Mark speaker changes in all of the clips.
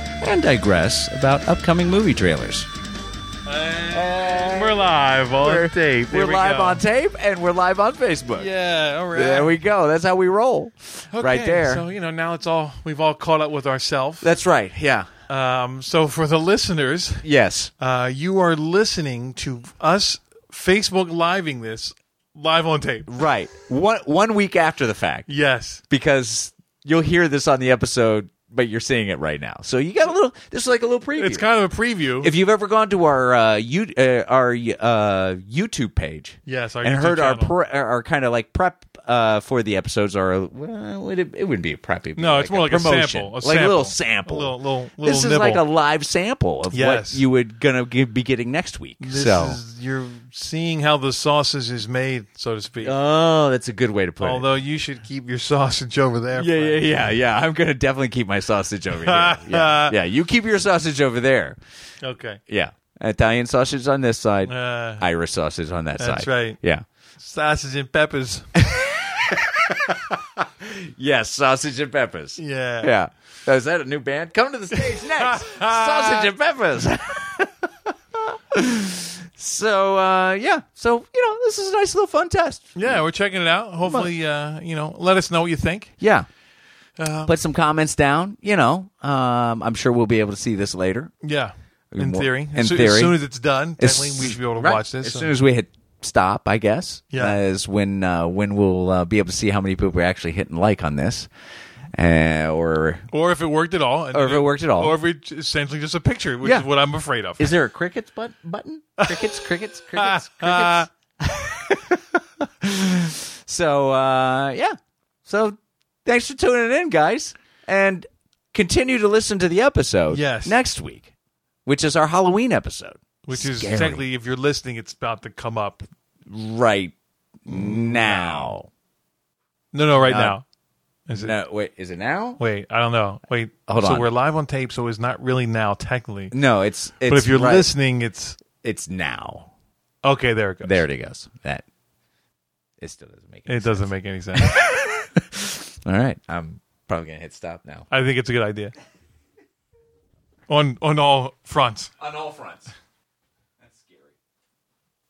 Speaker 1: and digress about upcoming movie trailers.
Speaker 2: We're live on tape. There
Speaker 1: We're
Speaker 2: we
Speaker 1: live
Speaker 2: go.
Speaker 1: on tape and we're live on Facebook.
Speaker 2: Yeah, all right.
Speaker 1: There we go. That's how we roll.
Speaker 2: Okay,
Speaker 1: right there.
Speaker 2: So you know now it's all we've all caught up with ourselves.
Speaker 1: That's right. Yeah.
Speaker 2: Um, so for the listeners,
Speaker 1: Yes.
Speaker 2: uh, you are listening to us Facebook living this live on tape.
Speaker 1: Right. One one week after the fact.
Speaker 2: Yes,
Speaker 1: Because you'll hear this on the episode, but you're seeing it right now. So you got a little this is like a little preview.
Speaker 2: it's kind of a preview.
Speaker 1: if you've ever gone to our uh, you, uh, our uh, YouTube page,
Speaker 2: Yes, our
Speaker 1: and
Speaker 2: YouTube
Speaker 1: heard our
Speaker 2: channel.
Speaker 1: pre- our kind of like prep uh, for the episodes, or well, it, it wouldn't be a prep. it'd be
Speaker 2: No, it's more like a
Speaker 1: promotion,
Speaker 2: sample, a
Speaker 1: like
Speaker 2: sample.
Speaker 1: a little
Speaker 2: A
Speaker 1: sample,
Speaker 2: little- little- little
Speaker 1: This is
Speaker 2: nibble.
Speaker 1: like a live sample of
Speaker 2: Yes.
Speaker 1: what you would gonna g- be getting next week.
Speaker 2: This
Speaker 1: so,
Speaker 2: is- you're seeing how the sausage is made, so to speak.
Speaker 1: oh, that's a good way to put
Speaker 2: Although you should keep your sausage over there.
Speaker 1: it. Yeah, yeah,
Speaker 2: friend.
Speaker 1: yeah, yeah. I'm gonna definitely keep my sausage over here. yeah, yeah. You keep your sausage over there.
Speaker 2: Okay.
Speaker 1: Yeah, Italian sausage on this side,
Speaker 2: Uh,
Speaker 1: Irish sausage on that side.
Speaker 2: that's right.
Speaker 1: Yeah.
Speaker 2: Sausage and peppers.
Speaker 1: Yes, sausage and peppers.
Speaker 2: Yeah.
Speaker 1: Yeah. Oh, Is that a new band? Come to the stage next. Sausage and Peppers. so uh, yeah. So you know, this is a nice little fun test.
Speaker 2: Yeah, we're checking it out. Hopefully, uh, you know, let us know what you think.
Speaker 1: Yeah.
Speaker 2: Um,
Speaker 1: Put some comments down. You know, um, I'm sure we'll be able to see this later.
Speaker 2: Yeah. In
Speaker 1: Well,
Speaker 2: theory.
Speaker 1: in
Speaker 2: as, soo-
Speaker 1: theory.
Speaker 2: As soon as it's done,
Speaker 1: As-
Speaker 2: definitely we should be able to
Speaker 1: right.
Speaker 2: watch this.
Speaker 1: as soon as we hit stop. I guess.
Speaker 2: Yeah.
Speaker 1: That Is when uh, when we'll uh, be able to see how many people are actually hitting like on this, uh, or
Speaker 2: or if it worked at all.
Speaker 1: Or if it worked at all.
Speaker 2: Or if it's essentially just a picture, which
Speaker 1: Yeah.
Speaker 2: is what I'm afraid of.
Speaker 1: Is there a crickets but- button? Crickets, crickets, crickets,
Speaker 2: Ah.
Speaker 1: crickets. so uh, yeah. So thanks for tuning in, guys, and continue to listen to the episode.
Speaker 2: Yes.
Speaker 1: next week, which is our Halloween episode,
Speaker 2: which is
Speaker 1: Scary.
Speaker 2: technically, if you're listening, it's about to come up.
Speaker 1: right now.
Speaker 2: No, no,
Speaker 1: Uh,
Speaker 2: right now. Is it?
Speaker 1: No, wait, is it now?
Speaker 2: Wait, I don't know. Wait,
Speaker 1: Hold
Speaker 2: so
Speaker 1: on.
Speaker 2: we're live on tape, so it's not really now technically.
Speaker 1: No, it's, it's
Speaker 2: but if you're
Speaker 1: right-
Speaker 2: listening, it's
Speaker 1: it's now.
Speaker 2: okay. There it goes.
Speaker 1: There it goes. That it still doesn't make
Speaker 2: It
Speaker 1: it.
Speaker 2: doesn't make any sense.
Speaker 1: All right, I'm probably gonna hit stop now.
Speaker 2: I think it's a good idea. On on all fronts.
Speaker 1: on all fronts. That's scary.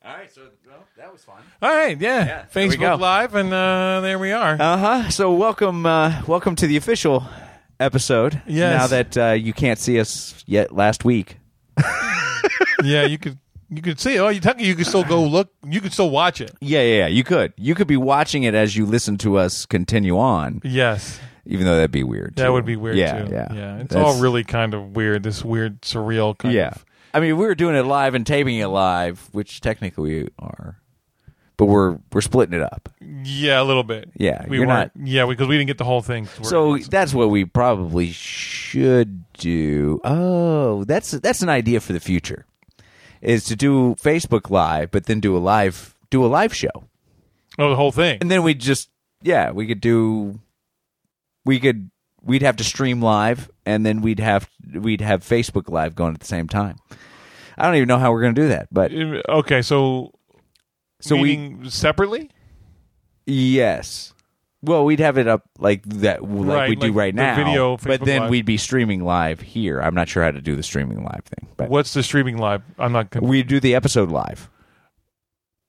Speaker 1: All right, so well, that was fun.
Speaker 2: All right, yeah.
Speaker 1: there we go.
Speaker 2: Facebook Live, and uh, there we are.
Speaker 1: Uh huh. So welcome, uh, welcome to the official episode.
Speaker 2: Yes.
Speaker 1: Now that uh, you can't see us yet, last week.
Speaker 2: yeah, you could you could see. it. Oh, you technically you could still go look. You could still watch it.
Speaker 1: Yeah, yeah, yeah. You could, you could be watching it as you listen to us continue on,
Speaker 2: Yes,
Speaker 1: even though that'd be weird.
Speaker 2: that
Speaker 1: too.
Speaker 2: would be weird
Speaker 1: Yeah,
Speaker 2: too.
Speaker 1: yeah,
Speaker 2: It's
Speaker 1: That's-
Speaker 2: all really kind of weird. This weird, surreal kind
Speaker 1: Yeah.
Speaker 2: of.
Speaker 1: I mean, we were doing it live and taping it live, which technically we are, but we're we're splitting it up.
Speaker 2: Yeah, a little bit.
Speaker 1: Yeah,
Speaker 2: we
Speaker 1: you're
Speaker 2: weren't. Yeah, because we didn't get the whole thing.
Speaker 1: So that's what we probably should do. Oh, that's that's an idea for the future. Is to do Facebook live but then do a live do a live show.
Speaker 2: oh, the whole thing.
Speaker 1: And then we just yeah, we could do we could we'd have to stream live and then we'd have we'd have Facebook live going at the same time. I don't even know how we're going to do that, but
Speaker 2: Uh, Okay, so
Speaker 1: so
Speaker 2: meeting separately.
Speaker 1: we yes. Well, we'd have it up like that, like
Speaker 2: Right,
Speaker 1: we do
Speaker 2: like
Speaker 1: right
Speaker 2: the
Speaker 1: now.
Speaker 2: video
Speaker 1: but
Speaker 2: Facebook
Speaker 1: then
Speaker 2: Live.
Speaker 1: we'd be streaming live here. I'm not sure how to do the streaming live thing, but
Speaker 2: What's the streaming live? I'm not. Con-
Speaker 1: We do the episode live.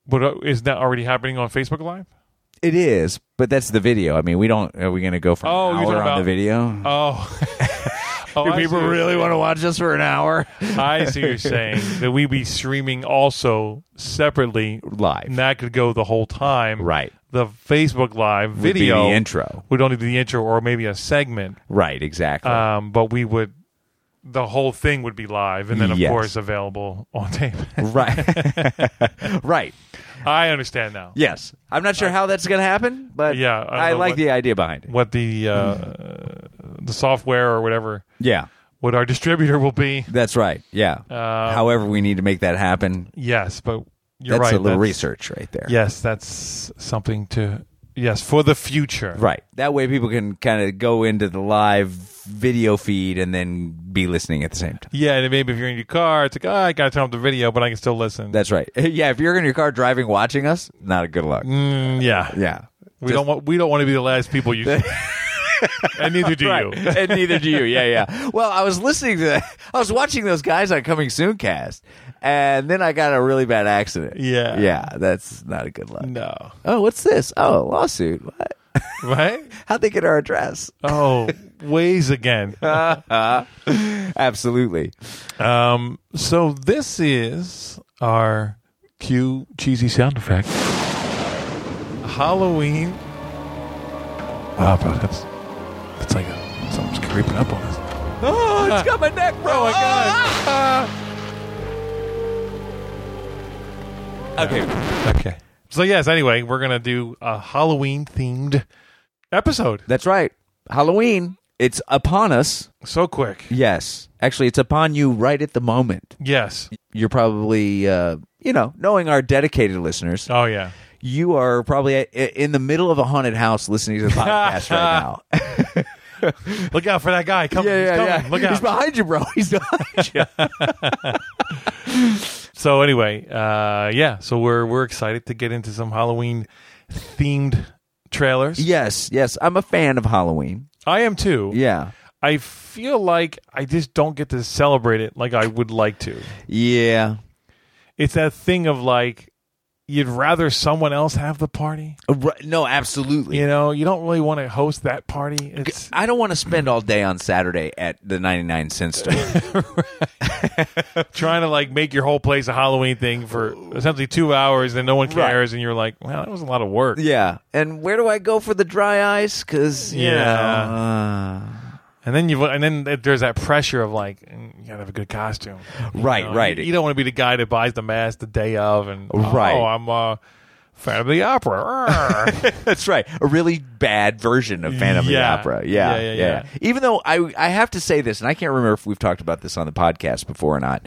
Speaker 2: but uh, is that already happening on Facebook Live?
Speaker 1: It is, but that's the video. I mean, we don't. Are we going to go for
Speaker 2: Oh,
Speaker 1: an
Speaker 2: you're
Speaker 1: hour
Speaker 2: talking
Speaker 1: on
Speaker 2: about-
Speaker 1: the video?
Speaker 2: Oh, oh
Speaker 1: do
Speaker 2: I
Speaker 1: people
Speaker 2: see.
Speaker 1: really want to watch us for an hour
Speaker 2: I see what you're saying that we be streaming also separately,
Speaker 1: live?
Speaker 2: and that could go the whole time.
Speaker 1: Right.
Speaker 2: The Facebook Live
Speaker 1: Would be
Speaker 2: video
Speaker 1: the intro.
Speaker 2: We don't need the intro or maybe a segment,
Speaker 1: Right. Exactly.
Speaker 2: um, but we would. The whole thing would be live, and then of
Speaker 1: Yes.
Speaker 2: course available on tape.
Speaker 1: right. right.
Speaker 2: I understand now
Speaker 1: Yes. I'm not sure how that's going to happen, but
Speaker 2: Uh. Yeah, I don't
Speaker 1: I,
Speaker 2: know
Speaker 1: like
Speaker 2: what-
Speaker 1: the idea behind it.
Speaker 2: what the uh, the software or whatever
Speaker 1: Yeah.
Speaker 2: what our distributor will be.
Speaker 1: That's right. Yeah. However, we need to make that happen.
Speaker 2: Yes, but Uh. you're
Speaker 1: That's
Speaker 2: right.
Speaker 1: a
Speaker 2: that's-
Speaker 1: little research right there.
Speaker 2: Yes, that's something to. Yes, for the future.
Speaker 1: Right. That way people can kind of go into the live video feed and then be listening at the same time.
Speaker 2: Yeah, and maybe if you're in your car, it's like, oh, I got to turn off the video, but I can still listen.
Speaker 1: That's right. Yeah, if you're in your car driving watching us, not a good luck.
Speaker 2: Mm, yeah.
Speaker 1: Yeah.
Speaker 2: We don't want we don't want to be the last people you. and neither do
Speaker 1: Right.
Speaker 2: you.
Speaker 1: and neither do you. Yeah, yeah. Well, I was listening to that. I was watching those guys on Coming Soon cast, and then I got a really bad accident.
Speaker 2: Yeah.
Speaker 1: Yeah, that's not a good luck.
Speaker 2: No.
Speaker 1: Oh, what's this? Oh, lawsuit. What?
Speaker 2: Right?
Speaker 1: How'd they get our address?
Speaker 2: Oh, ways again.
Speaker 1: Absolutely.
Speaker 2: Um, so this is our cue cheesy sound effect. Halloween. Wow, bro, that's that's like a, something's creeping up on us.
Speaker 1: Oh, it's got my neck, bro.
Speaker 2: Oh my god.
Speaker 1: Ah! Okay.
Speaker 2: Okay. So yes, anyway, we're gonna do a Halloween themed episode.
Speaker 1: That's right. Halloween. It's upon us.
Speaker 2: So quick.
Speaker 1: Yes. Actually, it's upon you right at the moment.
Speaker 2: Yes.
Speaker 1: You're probably, uh, you know, knowing our dedicated listeners,
Speaker 2: Oh yeah.
Speaker 1: you are probably i- in the middle of a haunted house listening to the podcast right now.
Speaker 2: Look out for that guy. Come he's coming. Look out.
Speaker 1: He's behind you, bro. He's behind you.
Speaker 2: So anyway, uh, yeah, so we're we're excited to get into some Halloween themed trailers.
Speaker 1: yes, yes. I'm a fan of Halloween.
Speaker 2: I am too.
Speaker 1: Yeah.
Speaker 2: I feel like I just don't get to celebrate it like I would like to.
Speaker 1: Yeah.
Speaker 2: It's that thing of like you'd rather someone else have the party.
Speaker 1: Uh, right- No, absolutely.
Speaker 2: You know, you don't really want to host that party. It's
Speaker 1: I don't want to spend all day on Saturday at the 99 cent store.
Speaker 2: trying to like make your whole place a Halloween thing for essentially two hours and no one
Speaker 1: Right.
Speaker 2: cares and you're like, Wow, that was a lot of work.
Speaker 1: yeah. And where do I go for the dry ice? Because,
Speaker 2: Yeah.
Speaker 1: yeah.
Speaker 2: And then you and then there's that pressure of like mm, you gotta have a good costume, You
Speaker 1: Right, right.
Speaker 2: You, you don't want to be the guy that buys the mask the day of, and
Speaker 1: Right.
Speaker 2: Oh, I'm a fan of the opera. Arr.
Speaker 1: That's right. A really bad version of Phantom
Speaker 2: Yeah.
Speaker 1: of the Opera. Yeah
Speaker 2: Yeah,
Speaker 1: yeah,
Speaker 2: yeah, yeah.
Speaker 1: Even though I I have to say this, and I can't remember if we've talked about this on the podcast before or not.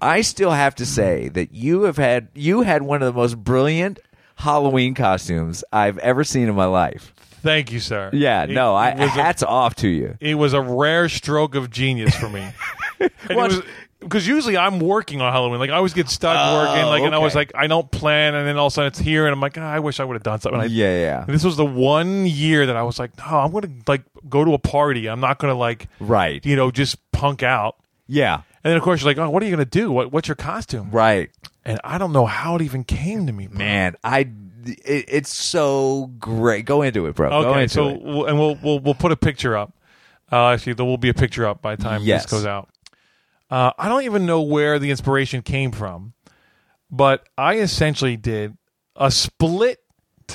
Speaker 1: I still have to say that you have had you had one of the most brilliant Halloween costumes I've ever seen in my life.
Speaker 2: Thank you, sir.
Speaker 1: Yeah,
Speaker 2: It
Speaker 1: no, I
Speaker 2: was
Speaker 1: hats off to you.
Speaker 2: A, it was a rare stroke of genius for me.
Speaker 1: What?
Speaker 2: Because usually I'm working on Halloween. Like I always get stuck working. Like and I was
Speaker 1: Oh, okay.
Speaker 2: like, I don't plan, and then all of a sudden it's here, and I'm like, "Ah, I wish I would have done something. I,
Speaker 1: Yeah, yeah.
Speaker 2: This was the one year that I was like, no, I'm gonna like go to a party. I'm not gonna like
Speaker 1: Right.
Speaker 2: you know, just punk out.
Speaker 1: Yeah.
Speaker 2: And then of course you're like, oh, what are you gonna do? What what's your costume?
Speaker 1: Right.
Speaker 2: And I don't know how it even came to me, bro.
Speaker 1: Man, I it, it's so great. Go into it, bro. Go
Speaker 2: Okay,
Speaker 1: into
Speaker 2: so
Speaker 1: it.
Speaker 2: we'll, and we'll we'll we'll put a picture up. Uh, actually, there will be a picture up by the time
Speaker 1: Yes.
Speaker 2: this goes out. Uh, I don't even know where the inspiration came from, but I essentially did a split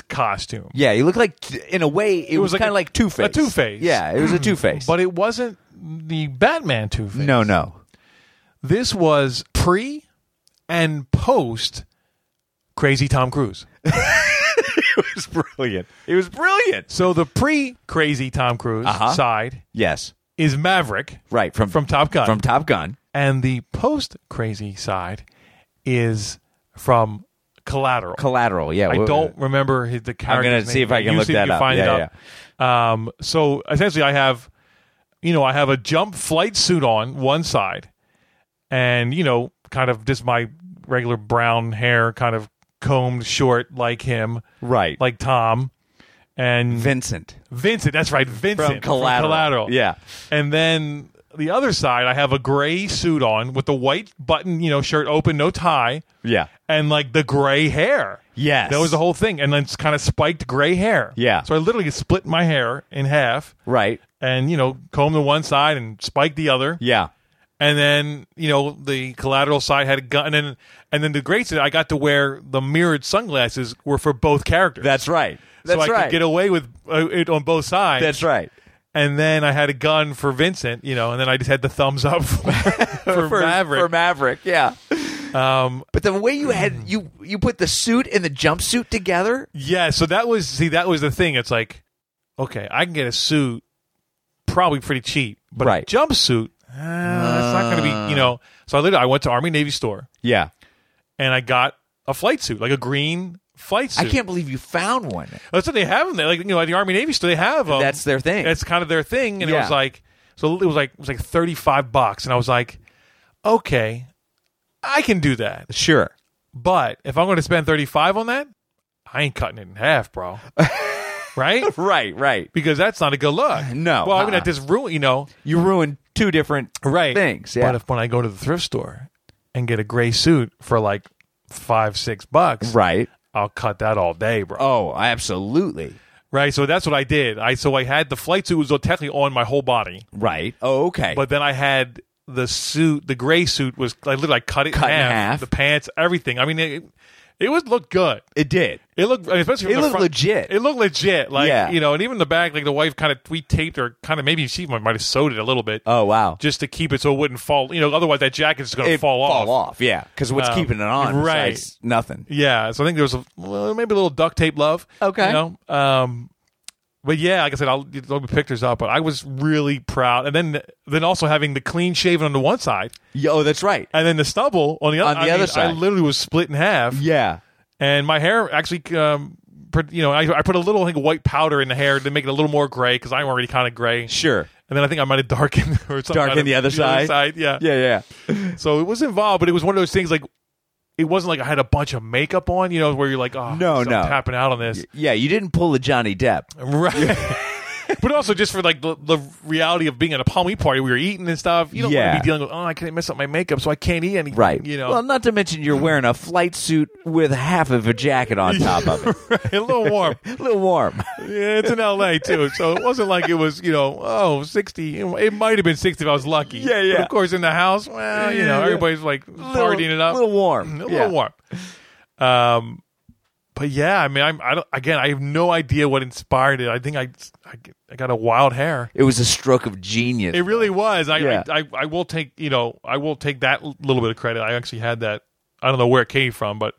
Speaker 2: costume.
Speaker 1: Yeah, you look like in a way it, was,
Speaker 2: was like
Speaker 1: kind
Speaker 2: a-
Speaker 1: of like Two Face.
Speaker 2: a Two-Face.
Speaker 1: Yeah, it was a Two Face.
Speaker 2: But it wasn't the Batman Two Face.
Speaker 1: no, no.
Speaker 2: this was pre and post Crazy Tom Cruise.
Speaker 1: was brilliant. It was brilliant.
Speaker 2: So the pre Crazy Tom Cruise
Speaker 1: Uh-huh.
Speaker 2: side
Speaker 1: Yes.
Speaker 2: is Maverick
Speaker 1: Right. From
Speaker 2: from Top Gun,
Speaker 1: from Top Gun.
Speaker 2: and the post Crazy side is from Collateral.
Speaker 1: Collateral. Yeah.
Speaker 2: I
Speaker 1: wh-
Speaker 2: don't remember his, the character.
Speaker 1: gonna see if I can look that up.
Speaker 2: Find
Speaker 1: Yeah,
Speaker 2: it up. Um, so essentially, I have, you know, I have a jump flight suit on one side, and you know, kind of just my regular brown hair, kind of combed short like him,
Speaker 1: Right.
Speaker 2: like Tom, and
Speaker 1: Vincent
Speaker 2: Vincent. That's right, Vincent
Speaker 1: from Collateral. Yeah.
Speaker 2: and then the other side, I have a gray suit on with the white button, you know, shirt open, no tie
Speaker 1: Yeah.
Speaker 2: and like the gray hair.
Speaker 1: Yes.
Speaker 2: That was the whole thing. And then it's kind of spiked gray hair.
Speaker 1: Yeah.
Speaker 2: So I literally split my hair in half
Speaker 1: Right.
Speaker 2: and, you know, combed the one side and spiked the other.
Speaker 1: Yeah.
Speaker 2: And then, you know, the collateral side had a gun. And then, and then the great side, I got to wear the mirrored sunglasses were for both characters.
Speaker 1: That's right.
Speaker 2: So
Speaker 1: That's
Speaker 2: I
Speaker 1: right.
Speaker 2: could get away with uh, it on both sides.
Speaker 1: That's right.
Speaker 2: And then I had a gun for Vincent, you know, and then I just had the thumbs up for, for, Maverick.
Speaker 1: For Maverick. Yeah.
Speaker 2: um,
Speaker 1: But the way you had you you put the suit and the jumpsuit together.
Speaker 2: Yeah, so that was see that was the thing. It's like, okay, I can get a suit probably pretty cheap, but
Speaker 1: Right.
Speaker 2: a jumpsuit "Ah, that's not going to be, you know. So I literally I went to Army Navy store
Speaker 1: Yeah.
Speaker 2: and I got a flight suit, like a green flight suit.
Speaker 1: I can't believe you found one.
Speaker 2: That's what they have them there. Like you know, at the Army Navy store, they have them.
Speaker 1: That's their thing.
Speaker 2: That's kind of their thing. And it
Speaker 1: Yeah.
Speaker 2: was like, so it was like it was like thirty five bucks, and I was like, okay, I can do that.
Speaker 1: Sure.
Speaker 2: But if I'm going to spend thirty five on that, I ain't cutting it in half, bro. right?
Speaker 1: Right, right.
Speaker 2: Because that's not a good look.
Speaker 1: No,
Speaker 2: Well, I mean,
Speaker 1: uh-uh.
Speaker 2: at this ruin, you know,
Speaker 1: You ruined two different
Speaker 2: right
Speaker 1: things. Yeah.
Speaker 2: But if when I go to the thrift store and get a gray suit for like five six bucks,
Speaker 1: right.
Speaker 2: I'll cut that all day, bro.
Speaker 1: Oh, absolutely.
Speaker 2: Uh, Right, so that's what I did. I so I had the flight suit was technically on my whole body,
Speaker 1: Right. Oh, okay.
Speaker 2: but then I had the suit, the gray suit was I literally I cut it
Speaker 1: Cut in
Speaker 2: in, half,
Speaker 1: half.
Speaker 2: the pants, everything. I mean, it, it would look good.
Speaker 1: it did.
Speaker 2: It looked, I mean, especially
Speaker 1: It
Speaker 2: from the
Speaker 1: looked
Speaker 2: front-
Speaker 1: legit.
Speaker 2: It looked legit, like
Speaker 1: Yeah.
Speaker 2: you know, and even the back, like the wife kind of we taped or kind of maybe she might have sewed it a little bit,
Speaker 1: Oh, wow.
Speaker 2: just to keep it so it wouldn't fall. You know, otherwise that jacket's just going to
Speaker 1: It'd
Speaker 2: fall off.
Speaker 1: Yeah, because what's
Speaker 2: Um,
Speaker 1: keeping it on?
Speaker 2: right.
Speaker 1: besides Nothing.
Speaker 2: Yeah, so I think there was a, well, maybe a little duct tape love.
Speaker 1: Okay.
Speaker 2: you know, um, but yeah, like I said, I'll look the pictures up. But I was really proud, and then then also having the clean shaven on the one side,
Speaker 1: Yeah, Oh, that's right.
Speaker 2: and then the stubble on the other.
Speaker 1: On the
Speaker 2: I
Speaker 1: other
Speaker 2: mean, I
Speaker 1: side.
Speaker 2: literally was split in half,
Speaker 1: Yeah.
Speaker 2: and my hair actually. Um, put- you know, I, I put a little, I think, white powder in the hair to make it a little more gray because I'm already kind of gray.
Speaker 1: Sure.
Speaker 2: And then I think I might have darkened or something. out
Speaker 1: Darken
Speaker 2: of-
Speaker 1: the other side?
Speaker 2: Yeah.
Speaker 1: Yeah. Yeah.
Speaker 2: So it was involved, but it was one of those things like it wasn't like I had a bunch of makeup on, you know, where you're like, oh,
Speaker 1: No,
Speaker 2: so I'm
Speaker 1: no.
Speaker 2: tapping out on this,
Speaker 1: Yeah. You didn't pull a Johnny Depp.
Speaker 2: right? but also just for like the, the reality of being at a palmy party, we were eating and stuff. You don't
Speaker 1: Yeah.
Speaker 2: want to be dealing with, oh, I can't mess up my makeup, so I can't eat anything,
Speaker 1: Right.
Speaker 2: You know,
Speaker 1: Well, not to mention you're wearing a flight suit with half of a jacket on top of it.
Speaker 2: a little warm.
Speaker 1: a little warm.
Speaker 2: Yeah, it's in L.A. too, so it wasn't like it was, you know, oh, 60. It might have been 60 if I was lucky.
Speaker 1: Yeah, yeah.
Speaker 2: But of course, in the house, well, you know,
Speaker 1: Yeah.
Speaker 2: everybody's like partying it up,
Speaker 1: little warm.
Speaker 2: a little
Speaker 1: Yeah.
Speaker 2: warm. Um, but yeah, I mean, I'm, I don't, again, I have no idea what inspired it. I think I, I, I got a wild hair.
Speaker 1: It was a stroke of genius.
Speaker 2: It really was. I,
Speaker 1: Yeah.
Speaker 2: I, I, I will take, you know, I will take that l- little bit of credit. I actually had that. I don't know where it came from, but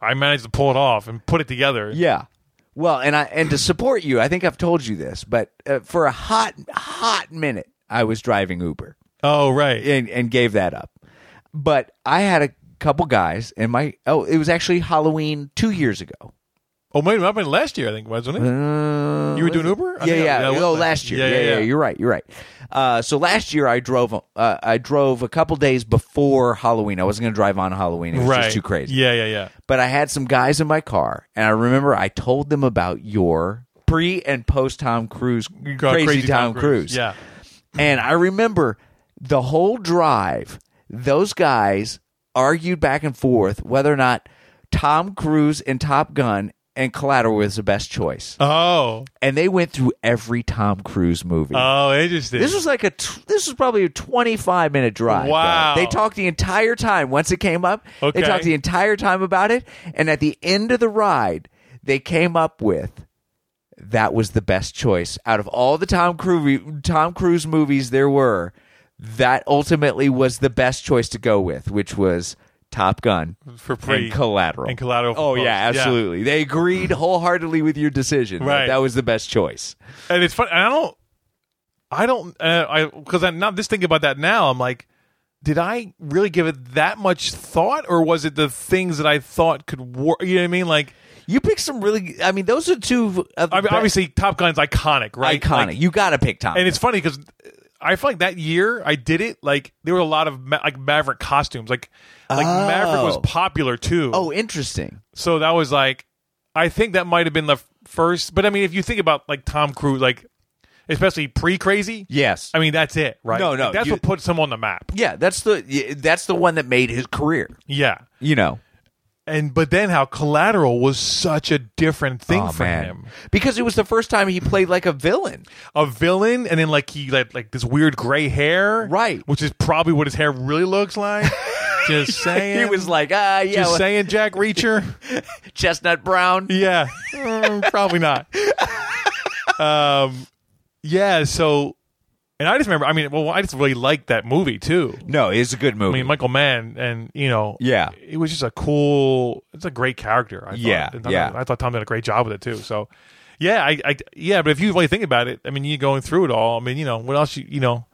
Speaker 2: I managed to pull it off and put it together.
Speaker 1: Yeah. Well, and I and to support you, I think I've told you this, but uh, for a hot hot minute, I was driving Uber
Speaker 2: Oh, right.
Speaker 1: and and gave that up. But I had a couple guys, and my oh, it was actually Halloween two years ago.
Speaker 2: Oh, maybe that been last year, I think, wasn't it? you were doing Uber? I
Speaker 1: Uh, yeah,
Speaker 2: think-
Speaker 1: yeah.
Speaker 2: it was
Speaker 1: Oh, last year. Yeah yeah, You're right. You're right. Uh, so last year I drove. Uh, I drove a couple days before Halloween. I wasn't going to drive on Halloween. It was
Speaker 2: right.
Speaker 1: just too crazy.
Speaker 2: Yeah, yeah, yeah.
Speaker 1: but I had some guys in my car, and I remember I told them about your pre and post Tom Cruise,
Speaker 2: You
Speaker 1: crazy,
Speaker 2: got
Speaker 1: Tom, Cruise.
Speaker 2: Yeah.
Speaker 1: and I remember the whole drive; those guys argued back and forth whether or not Tom Cruise and Top Gun and Collateral was the best choice,
Speaker 2: Oh,
Speaker 1: and they went through every Tom Cruise movie.
Speaker 2: oh, interesting.
Speaker 1: This was like a t- this was probably a 25 minute drive. bro.
Speaker 2: Wow.
Speaker 1: They talked the entire time once it came up.
Speaker 2: Okay.
Speaker 1: They talked the entire time about it and at the end of the ride they came up with that was the best choice out of all the Tom Cruise Tom Cruise movies there were. That ultimately was the best choice to go with, which was Top Gun
Speaker 2: for pre
Speaker 1: and Collateral.
Speaker 2: and collateral. for
Speaker 1: Oh yeah,
Speaker 2: post.
Speaker 1: absolutely. They agreed wholeheartedly with your decision. that
Speaker 2: Right.
Speaker 1: That was the best choice.
Speaker 2: And it's funny. and I don't. I don't. Uh, I because I'm not just thinking about that now. I'm like, did I really give it that much thought, or was it the things that I thought could work? You know what I mean? Like,
Speaker 1: You picked some really. I mean, those are two. Of the
Speaker 2: I mean,
Speaker 1: best-
Speaker 2: obviously, Top Gun's iconic, right?
Speaker 1: iconic.
Speaker 2: Like,
Speaker 1: you got to pick Tom.
Speaker 2: and it's funny because I feel like that year I did it. Like there were a lot of ma- like Maverick costumes. Like like Maverick was
Speaker 1: Oh.
Speaker 2: popular too.
Speaker 1: oh, interesting.
Speaker 2: so that was like I think that might have been the f- first. But I mean, if you think about like Tom Cruise, like especially pre Crazy,
Speaker 1: Yes.
Speaker 2: I mean that's it, right?
Speaker 1: No, no,
Speaker 2: Like, that's
Speaker 1: you-
Speaker 2: what puts him on the map.
Speaker 1: yeah, that's the yeah, that's the one that made his career.
Speaker 2: Yeah,
Speaker 1: You know,
Speaker 2: and but then how Collateral was such a different thing
Speaker 1: Oh,
Speaker 2: for
Speaker 1: man.
Speaker 2: him.
Speaker 1: because it was the first time he played like a villain.
Speaker 2: a villain and then like he like like this weird gray hair
Speaker 1: Right.
Speaker 2: which is probably what his hair really looks like just saying
Speaker 1: he was like, ah, yeah,
Speaker 2: just
Speaker 1: well,
Speaker 2: saying jack reacher
Speaker 1: chestnut brown.
Speaker 2: yeah Mm, probably not um yeah so and i just remember i mean well i just really liked that movie too
Speaker 1: No, it's a good
Speaker 2: i
Speaker 1: movie.
Speaker 2: mean michael mann and you know
Speaker 1: Yeah.
Speaker 2: it was just a cool it's a great character i thought.
Speaker 1: Yeah,
Speaker 2: I thought,
Speaker 1: yeah.
Speaker 2: I thought tom did a great job with it too so yeah, I, I, yeah, but if you really think about it, I mean, you going through it all. I mean, you know, what else you, you know,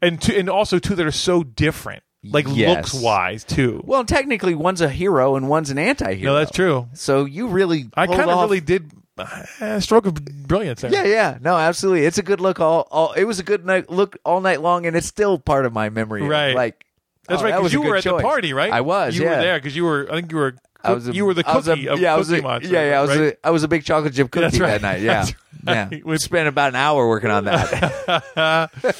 Speaker 2: and two, and also two that are so different, like
Speaker 1: Yes.
Speaker 2: looks wise too.
Speaker 1: Well, technically, one's a hero and one's an anti-hero.
Speaker 2: no, that's true.
Speaker 1: So you really,
Speaker 2: I
Speaker 1: pulled
Speaker 2: kind of
Speaker 1: off-
Speaker 2: really did uh, stroke of brilliance there.
Speaker 1: Yeah, yeah, no, absolutely. It's a good look. All, all it was a good night look all night long, and it's still part of my memory.
Speaker 2: Right.
Speaker 1: like
Speaker 2: That's
Speaker 1: oh,
Speaker 2: right.
Speaker 1: that
Speaker 2: Because
Speaker 1: was a
Speaker 2: you
Speaker 1: good
Speaker 2: were at
Speaker 1: choice.
Speaker 2: the party, right?
Speaker 1: I was.
Speaker 2: You
Speaker 1: yeah.
Speaker 2: were there because you were. I think you were.
Speaker 1: I was a,
Speaker 2: you were the
Speaker 1: I was a-
Speaker 2: cookie of
Speaker 1: yeah, I was
Speaker 2: Cookie
Speaker 1: a-
Speaker 2: Monster.
Speaker 1: Yeah, yeah, I was,
Speaker 2: right?
Speaker 1: a, I was a big chocolate chip cookie
Speaker 2: That's right.
Speaker 1: that night. Yeah,
Speaker 2: That's right.
Speaker 1: yeah. We
Speaker 2: With-
Speaker 1: spent about an hour working on that.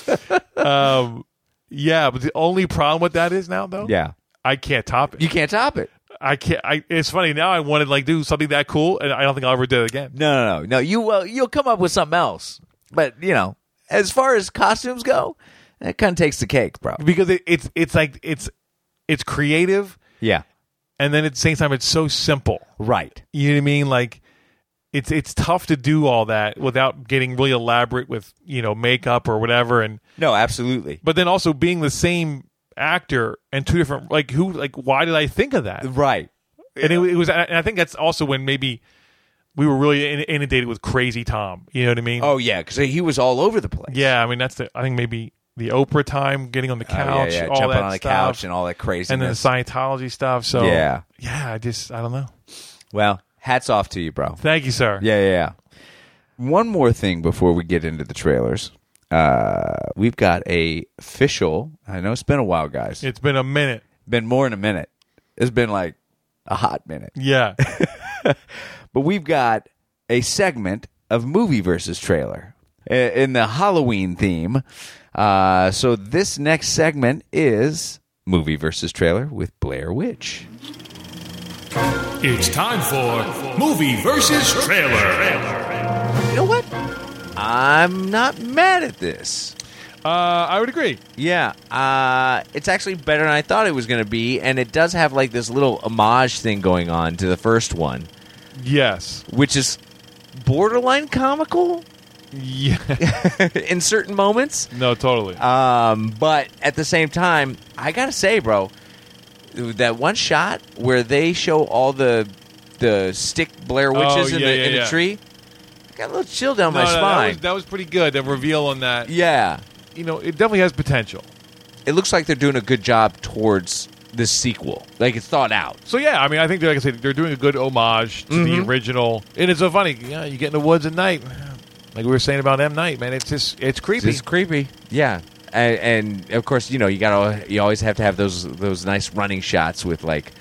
Speaker 2: um, yeah. But the only problem with that is now, though,
Speaker 1: yeah,
Speaker 2: I can't top it.
Speaker 1: you can't top it.
Speaker 2: I can't. I, it's funny now. I wanted like do something that cool, and I don't think I'll ever do it again.
Speaker 1: No, no, no, no. You well, you'll come up with something else. But you know, as far as costumes go, that kind of takes the cake, bro.
Speaker 2: because it, it's it's like it's it's creative
Speaker 1: Yeah,
Speaker 2: and then at the same time it's so simple
Speaker 1: right.
Speaker 2: you know what i mean like it's it's tough to do all that without getting really elaborate with you know makeup or whatever and
Speaker 1: No, absolutely.
Speaker 2: but then also being the same actor and two different like who like why did i think of that
Speaker 1: Right.
Speaker 2: and it, it was and i think that's also when maybe we were really in- inundated with crazy tom you know what i mean
Speaker 1: Oh yeah, because he was all over the place.
Speaker 2: yeah i mean that's the i think maybe the oprah time getting on the
Speaker 1: Oh, yeah,
Speaker 2: couch
Speaker 1: yeah,
Speaker 2: all
Speaker 1: jumping
Speaker 2: that
Speaker 1: on the
Speaker 2: stuff.
Speaker 1: couch and all that craziness.
Speaker 2: and then the Scientology stuff. So
Speaker 1: Yeah.
Speaker 2: yeah. I just I don't know.
Speaker 1: well, hats off to you, bro.
Speaker 2: Thank you, sir.
Speaker 1: Yeah, yeah, yeah. One more thing before we get into the trailers. Uh, we've got a official. I know it's been a while, guys.
Speaker 2: It's been a minute.
Speaker 1: been more than a minute. It's been like a hot minute.
Speaker 2: Yeah,
Speaker 1: But we've got a segment of movie versus trailer i- in the Halloween theme. Uh, so this next segment is movie versus trailer with Blair Witch.
Speaker 3: It's time for Movie versus Trailer.
Speaker 1: You know what? I'm not mad at this.
Speaker 2: uh, I would agree.
Speaker 1: Yeah, uh, it's actually better than I thought it was going to be, and it does have like this little homage thing going on to the first one,
Speaker 2: Yes.
Speaker 1: which is borderline comical
Speaker 2: Yeah.
Speaker 1: in certain moments.
Speaker 2: no, totally.
Speaker 1: Um, but at the same time, I gotta say, bro, that one shot where they show all the the stick Blair witches
Speaker 2: Oh,
Speaker 1: in,
Speaker 2: yeah,
Speaker 1: the,
Speaker 2: yeah,
Speaker 1: in
Speaker 2: yeah.
Speaker 1: the tree, I got a little chill down my
Speaker 2: No, no, That
Speaker 1: spine.
Speaker 2: was, that was pretty good. The reveal on that.
Speaker 1: yeah,
Speaker 2: You know, it definitely has potential.
Speaker 1: it looks like they're doing a good job towards this sequel. Like it's thought out.
Speaker 2: So yeah, I mean, I think like I said, they're doing a good homage to the original. And it's so funny. You, know, you get in the woods at night, like we were saying about M Night, man. It's just it's creepy.
Speaker 1: It's creepy. Yeah. And, and of course, you know, you gotta you always have to have those those nice running shots with like.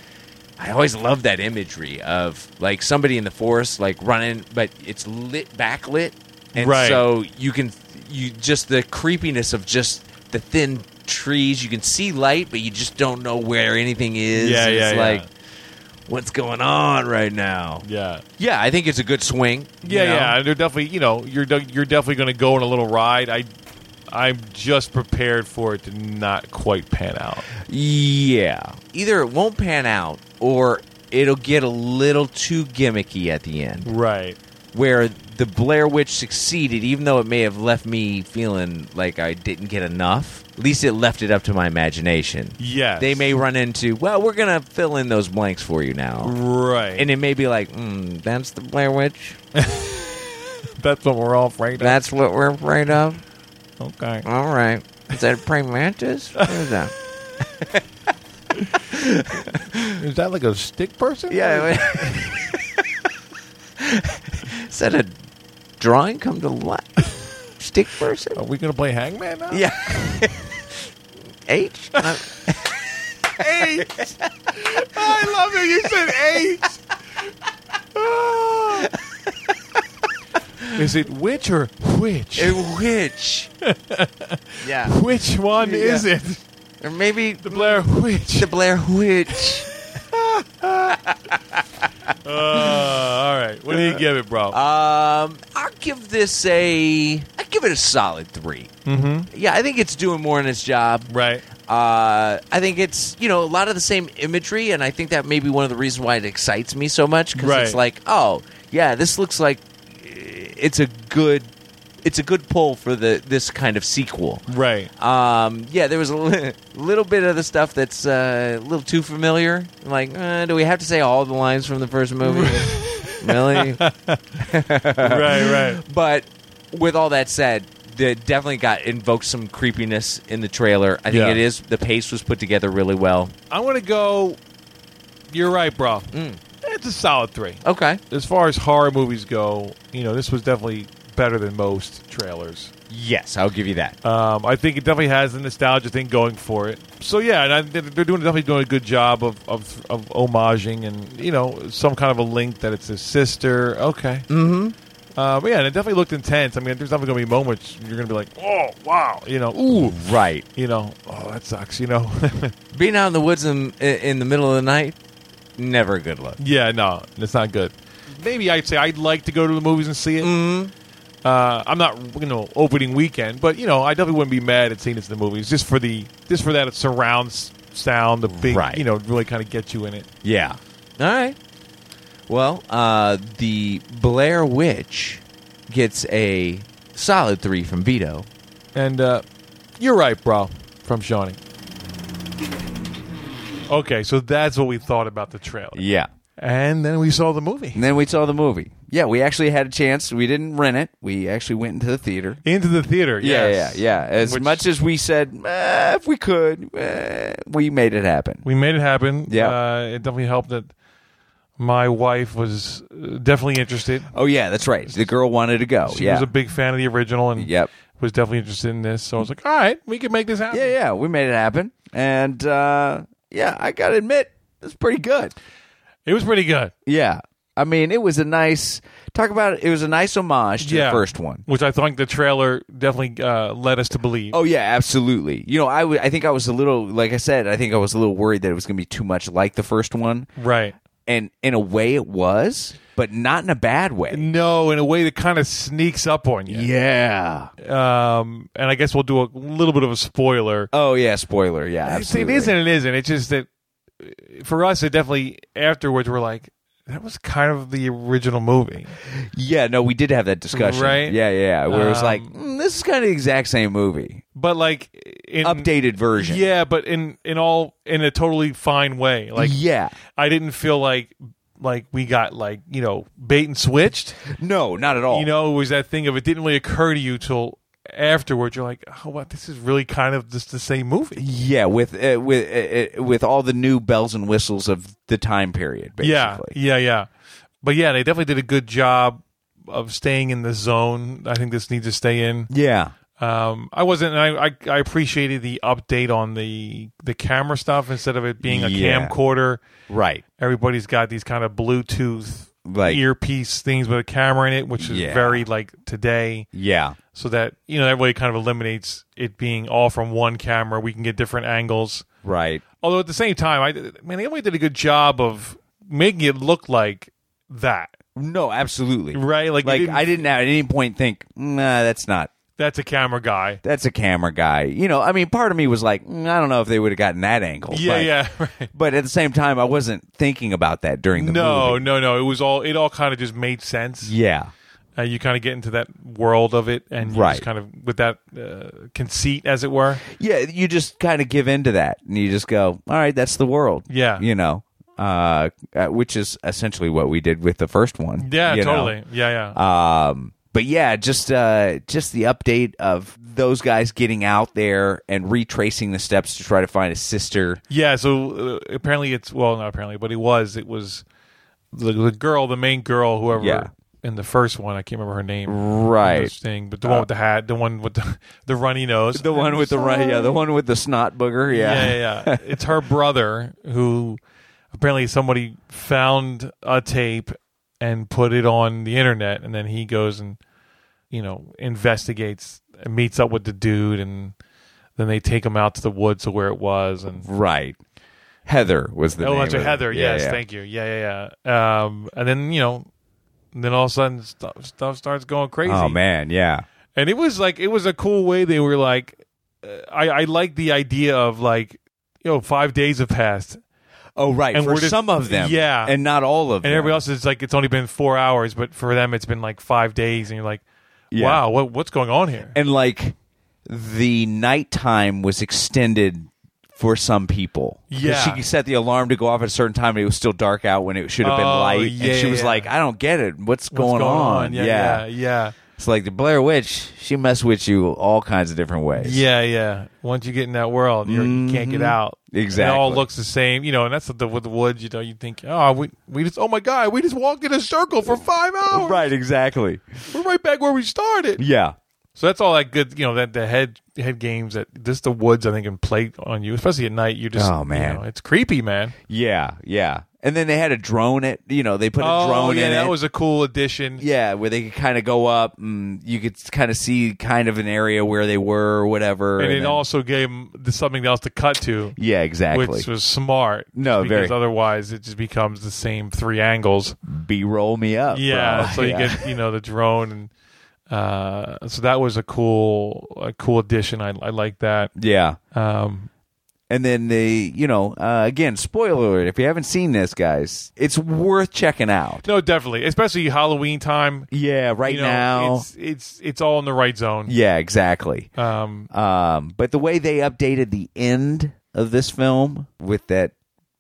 Speaker 1: I always love that imagery of like somebody in the forest like running, but it's lit backlit, and
Speaker 2: Right.
Speaker 1: so you can you just the creepiness of just the thin trees. You can see light, but you just don't know where anything is.
Speaker 2: Yeah,
Speaker 1: And it's
Speaker 2: yeah, yeah.
Speaker 1: like what's going on right now.
Speaker 2: yeah.
Speaker 1: Yeah, I think it's a good swing. you
Speaker 2: Yeah,
Speaker 1: know?
Speaker 2: yeah, and they're definitely you know you're de- you're definitely going to go on a little ride. I I'm just prepared for it to not quite pan out.
Speaker 1: Yeah. Either it won't pan out or it'll get a little too gimmicky at the end.
Speaker 2: Right.
Speaker 1: Where the Blair Witch succeeded, even though it may have left me feeling like I didn't get enough, at least it left it up to my imagination.
Speaker 2: Yes.
Speaker 1: They may run into, well, we're going to fill in those blanks for you now.
Speaker 2: Right.
Speaker 1: And it may be like, mm, that's the Blair Witch.
Speaker 2: that's what we're all afraid of.
Speaker 1: That's what we're afraid of.
Speaker 2: Okay.
Speaker 1: All right. Is that a praying mantis? What is that?
Speaker 2: Is that like a stick person?
Speaker 1: Yeah. Is that a drawing come to life? Stick
Speaker 2: Are
Speaker 1: person?
Speaker 2: we going to play Hangman now?
Speaker 1: Yeah. H? Uh,
Speaker 2: H. I love it. You said H. Ah. Is it which or which?
Speaker 1: witch. yeah.
Speaker 2: Which one is it?
Speaker 1: Or maybe
Speaker 2: The Blair Witch.
Speaker 1: the Blair Witch.
Speaker 2: Uh, all right. What do you give it, bro?
Speaker 1: Um, I'll give this a. I give it a solid 3 Mm-hmm. Yeah, I think it's doing more in its job.
Speaker 2: right.
Speaker 1: Uh, I think it's you know a lot of the same imagery, and I think that may be one of the reasons why it excites me so much because
Speaker 2: Right.
Speaker 1: it's like, oh yeah, this looks like it's a good, it's a good pull for the this kind of sequel.
Speaker 2: Right.
Speaker 1: Um, yeah, there was a li- little bit of the stuff that's uh, a little too familiar. I'm like, uh, do we have to say all the lines from the first movie? really?
Speaker 2: right, right.
Speaker 1: But with all that said, that definitely got invoked some creepiness in the trailer. I think
Speaker 2: Yeah.
Speaker 1: it is the pace was put together really well.
Speaker 2: I want to go. You're right, bro. It's a solid three.
Speaker 1: Okay.
Speaker 2: As far as horror movies go, you know, this was definitely better than most trailers.
Speaker 1: Yes, I'll give you that.
Speaker 2: Um, I think it definitely has the nostalgia thing going for it. So yeah, and I, they're doing definitely doing a good job of, of of homaging and you know some kind of a link that it's his sister. Okay. Mm-hmm. Uh, but yeah, and it definitely looked intense. I mean, there's definitely going to be moments you're going to be like, oh wow, you know, ooh,
Speaker 1: right.
Speaker 2: you know, oh that sucks, you know.
Speaker 1: Being out in the woods in, in the middle of the night, never a good look.
Speaker 2: yeah, no, it's not good. Maybe I'd say I'd like to go to the movies and see it. Mm-hmm. Uh, I'm not, you know, opening weekend, but you know, I definitely wouldn't be mad at seeing it in the movies just for the just for that surround s- sound, the big,
Speaker 1: Right.
Speaker 2: you know, really kind of get you in it.
Speaker 1: Yeah. All right. Well, uh, the Blair Witch gets a solid three from Vito.
Speaker 2: And uh, you're right, bro, from Shawnee. Okay, so that's what we thought about the trailer,
Speaker 1: Yeah.
Speaker 2: and then we saw the movie
Speaker 4: And then we saw the movie. Yeah, we actually had a chance. We didn't rent it. We actually went into the theater.
Speaker 2: into the theater.
Speaker 4: Yeah,
Speaker 2: yes.
Speaker 4: yeah, yeah. As
Speaker 2: Which-
Speaker 4: much as we said, "Eh, if we could, eh," we made it happen.
Speaker 2: we made it happen.
Speaker 4: Yeah.
Speaker 2: uh, it definitely helped that my wife was uh, definitely interested.
Speaker 4: Oh yeah, that's right. The girl wanted to go.
Speaker 2: She
Speaker 4: yeah,
Speaker 2: was a big fan of the original and
Speaker 4: Yep. Mm-hmm.
Speaker 2: was definitely interested in this. So I was like, all right, we can make this happen.
Speaker 4: yeah, yeah. We made it happen, and uh, yeah, I gotta admit, it's pretty good.
Speaker 2: It was pretty good.
Speaker 4: Yeah, I mean, it was a nice talk about. It, it was a nice homage to
Speaker 2: yeah,
Speaker 4: the first one.
Speaker 2: which I think the trailer definitely uh, led us to believe.
Speaker 4: Oh yeah, absolutely. You know, I w- I think I was a little, like I said, I think I was a little worried that it was going to be too much like the first one,
Speaker 2: right.
Speaker 4: and in a way, it was, but not in a bad way.
Speaker 2: No, in a way that kind of sneaks up on you.
Speaker 4: Yeah.
Speaker 2: Um, and I guess we'll do a little bit of a spoiler.
Speaker 4: Oh yeah, spoiler. Yeah,
Speaker 2: It's- it
Speaker 4: absolutely.
Speaker 2: isn't. It isn't. It's just that uh, for us, it definitely afterwards we're like, that was kind of the original movie.
Speaker 4: Yeah, no, we did have that discussion.
Speaker 2: Right?
Speaker 4: Yeah, yeah. Where it was
Speaker 2: Um,
Speaker 4: like, mm, this is kind of the exact same movie,
Speaker 2: But like in
Speaker 4: updated version.
Speaker 2: Mm, Yeah, but in in all in a totally fine way. Like
Speaker 4: yeah.
Speaker 2: I didn't feel like like we got like you know bait and switched.
Speaker 4: No, not at all.
Speaker 2: You know, it was that thing of it didn't really occur to you till afterwards. You're like, oh, what? This is really kind of just the same movie.
Speaker 4: yeah, with uh, with uh, uh, with all the new bells and whistles of the time period. Basically.
Speaker 2: Yeah, yeah, yeah. But yeah, they definitely did a good job of staying in the zone. I think this needs to stay in.
Speaker 4: yeah.
Speaker 2: Um, I wasn't. I, I I appreciated the update on the the camera stuff instead of it being a
Speaker 4: Yeah.
Speaker 2: camcorder.
Speaker 4: Right.
Speaker 2: Everybody's got these kind of Bluetooth
Speaker 4: Like-
Speaker 2: earpiece things with a camera in it, which is
Speaker 4: Yeah.
Speaker 2: very like today.
Speaker 4: Yeah.
Speaker 2: so that you know that way it kind of eliminates it being all from one camera. We can get different angles.
Speaker 4: Right.
Speaker 2: Although at the same time, I man, they only did a good job of making it look like that,
Speaker 4: No, absolutely.
Speaker 2: right? Like,
Speaker 4: Like
Speaker 2: you didn't-
Speaker 4: I didn't at any point think, nah, that's not.
Speaker 2: that's a camera guy.
Speaker 4: That's a camera guy. You know, I mean, part of me was like, mm, I don't know if they would have gotten that angle.
Speaker 2: Yeah,
Speaker 4: but,
Speaker 2: yeah. Right.
Speaker 4: But at the same time, I wasn't thinking about that during the
Speaker 2: No,
Speaker 4: movie.
Speaker 2: no, no. It was all. It all kind of just made sense.
Speaker 4: Yeah.
Speaker 2: Uh, you kind of get into that world of it, and you
Speaker 4: Right.
Speaker 2: just kind of with that uh, conceit, as it were.
Speaker 4: yeah, you just kind of give into that, and you just go, "All right, that's the world."
Speaker 2: Yeah.
Speaker 4: you know, uh, uh, which is essentially what we did with the first one.
Speaker 2: Yeah,
Speaker 4: you know?
Speaker 2: totally. Yeah, yeah.
Speaker 4: Um, but yeah, just uh, just the update of those guys getting out there and retracing the steps to try to find a sister.
Speaker 2: Yeah, so uh, apparently it's well, not apparently, but it was it was the, the girl, the main girl, whoever
Speaker 4: Yeah.
Speaker 2: in the first one. I can't remember her name.
Speaker 4: Right. Uh,
Speaker 2: This thing, but the one with the hat, the one with the, the runny nose,
Speaker 4: The one with the right, yeah, the one with the snot booger. Yeah,
Speaker 2: yeah, yeah. yeah. it's her brother who apparently somebody found a tape and put it on the internet, and then he goes and you know investigates, and meets up with the dude, and then they take him out to the woods to where it was, and
Speaker 4: right. Heather was the
Speaker 2: Oh,
Speaker 4: name
Speaker 2: that's right.
Speaker 4: of it.
Speaker 2: Heather.
Speaker 4: Yeah,
Speaker 2: yes,
Speaker 4: yeah.
Speaker 2: thank you. Yeah, yeah, yeah. Um, and then you know, then all of a sudden stuff stuff starts going crazy.
Speaker 4: Oh man, yeah,
Speaker 2: And it was like it was a cool way. They were like, uh, I I like the idea of like, you know, five days have passed,
Speaker 4: oh right.
Speaker 2: And
Speaker 4: For
Speaker 2: we're just-
Speaker 4: some of them,
Speaker 2: yeah.
Speaker 4: and not all of
Speaker 2: and
Speaker 4: them.
Speaker 2: everybody else is like, it's only been four hours, but for them it's been like five days, and you're like,
Speaker 4: Yeah.
Speaker 2: wow, what what's going on here?
Speaker 4: and like the nighttime was extended for some people. 'Cause
Speaker 2: Yeah.
Speaker 4: she set the alarm to go off at a certain time, and it was still dark out when it should have been
Speaker 2: Oh,
Speaker 4: light.
Speaker 2: yeah,
Speaker 4: and she was
Speaker 2: yeah.
Speaker 4: like, "I don't get it. What's,
Speaker 2: What's
Speaker 4: going, on?"
Speaker 2: Yeah, yeah, yeah.
Speaker 4: It's like the Blair Witch. She messed with you all kinds of different ways.
Speaker 2: Yeah, yeah. Once you get in that world, you're, you can't get out. It all
Speaker 4: Mm-hmm. Exactly.
Speaker 2: looks the same, you know. And that's the, with the woods, you know. You think, oh, we we just, oh my god, we just walked in a circle for five hours.
Speaker 4: Right. Exactly.
Speaker 2: We're right back where we started.
Speaker 4: Yeah.
Speaker 2: So that's all that good, you know. That the head head games that just the woods, I think, can play on you, especially at night. You just,
Speaker 4: Oh,
Speaker 2: you
Speaker 4: man.
Speaker 2: know, it's creepy, man.
Speaker 4: Yeah. Yeah. And then they had a drone. It. You know, they put a
Speaker 2: oh
Speaker 4: drone
Speaker 2: yeah,
Speaker 4: in
Speaker 2: that
Speaker 4: it.
Speaker 2: was a cool addition.
Speaker 4: yeah, where they could kind of go up and you could kind of see kind of an area where they were or whatever.
Speaker 2: and, it
Speaker 4: then-
Speaker 2: also gave 'em the something else to cut to.
Speaker 4: Yeah, exactly.
Speaker 2: Which was smart.
Speaker 4: No,
Speaker 2: just because
Speaker 4: very.
Speaker 2: otherwise it just becomes the same three angles.
Speaker 4: B roll me up.
Speaker 2: Yeah,
Speaker 4: bro.
Speaker 2: so you get you know the drone and uh, so that was a cool a cool addition. I I like that.
Speaker 4: Yeah.
Speaker 2: Um,
Speaker 4: And then they, you know, uh, again, spoiler alert, if you haven't seen this, guys, it's worth checking out.
Speaker 2: no, definitely, especially Halloween time.
Speaker 4: Yeah, right
Speaker 2: you know,
Speaker 4: now.
Speaker 2: it's, it's it's all in the right zone.
Speaker 4: yeah, exactly.
Speaker 2: Um,
Speaker 4: Um, but the way they updated the end of this film with that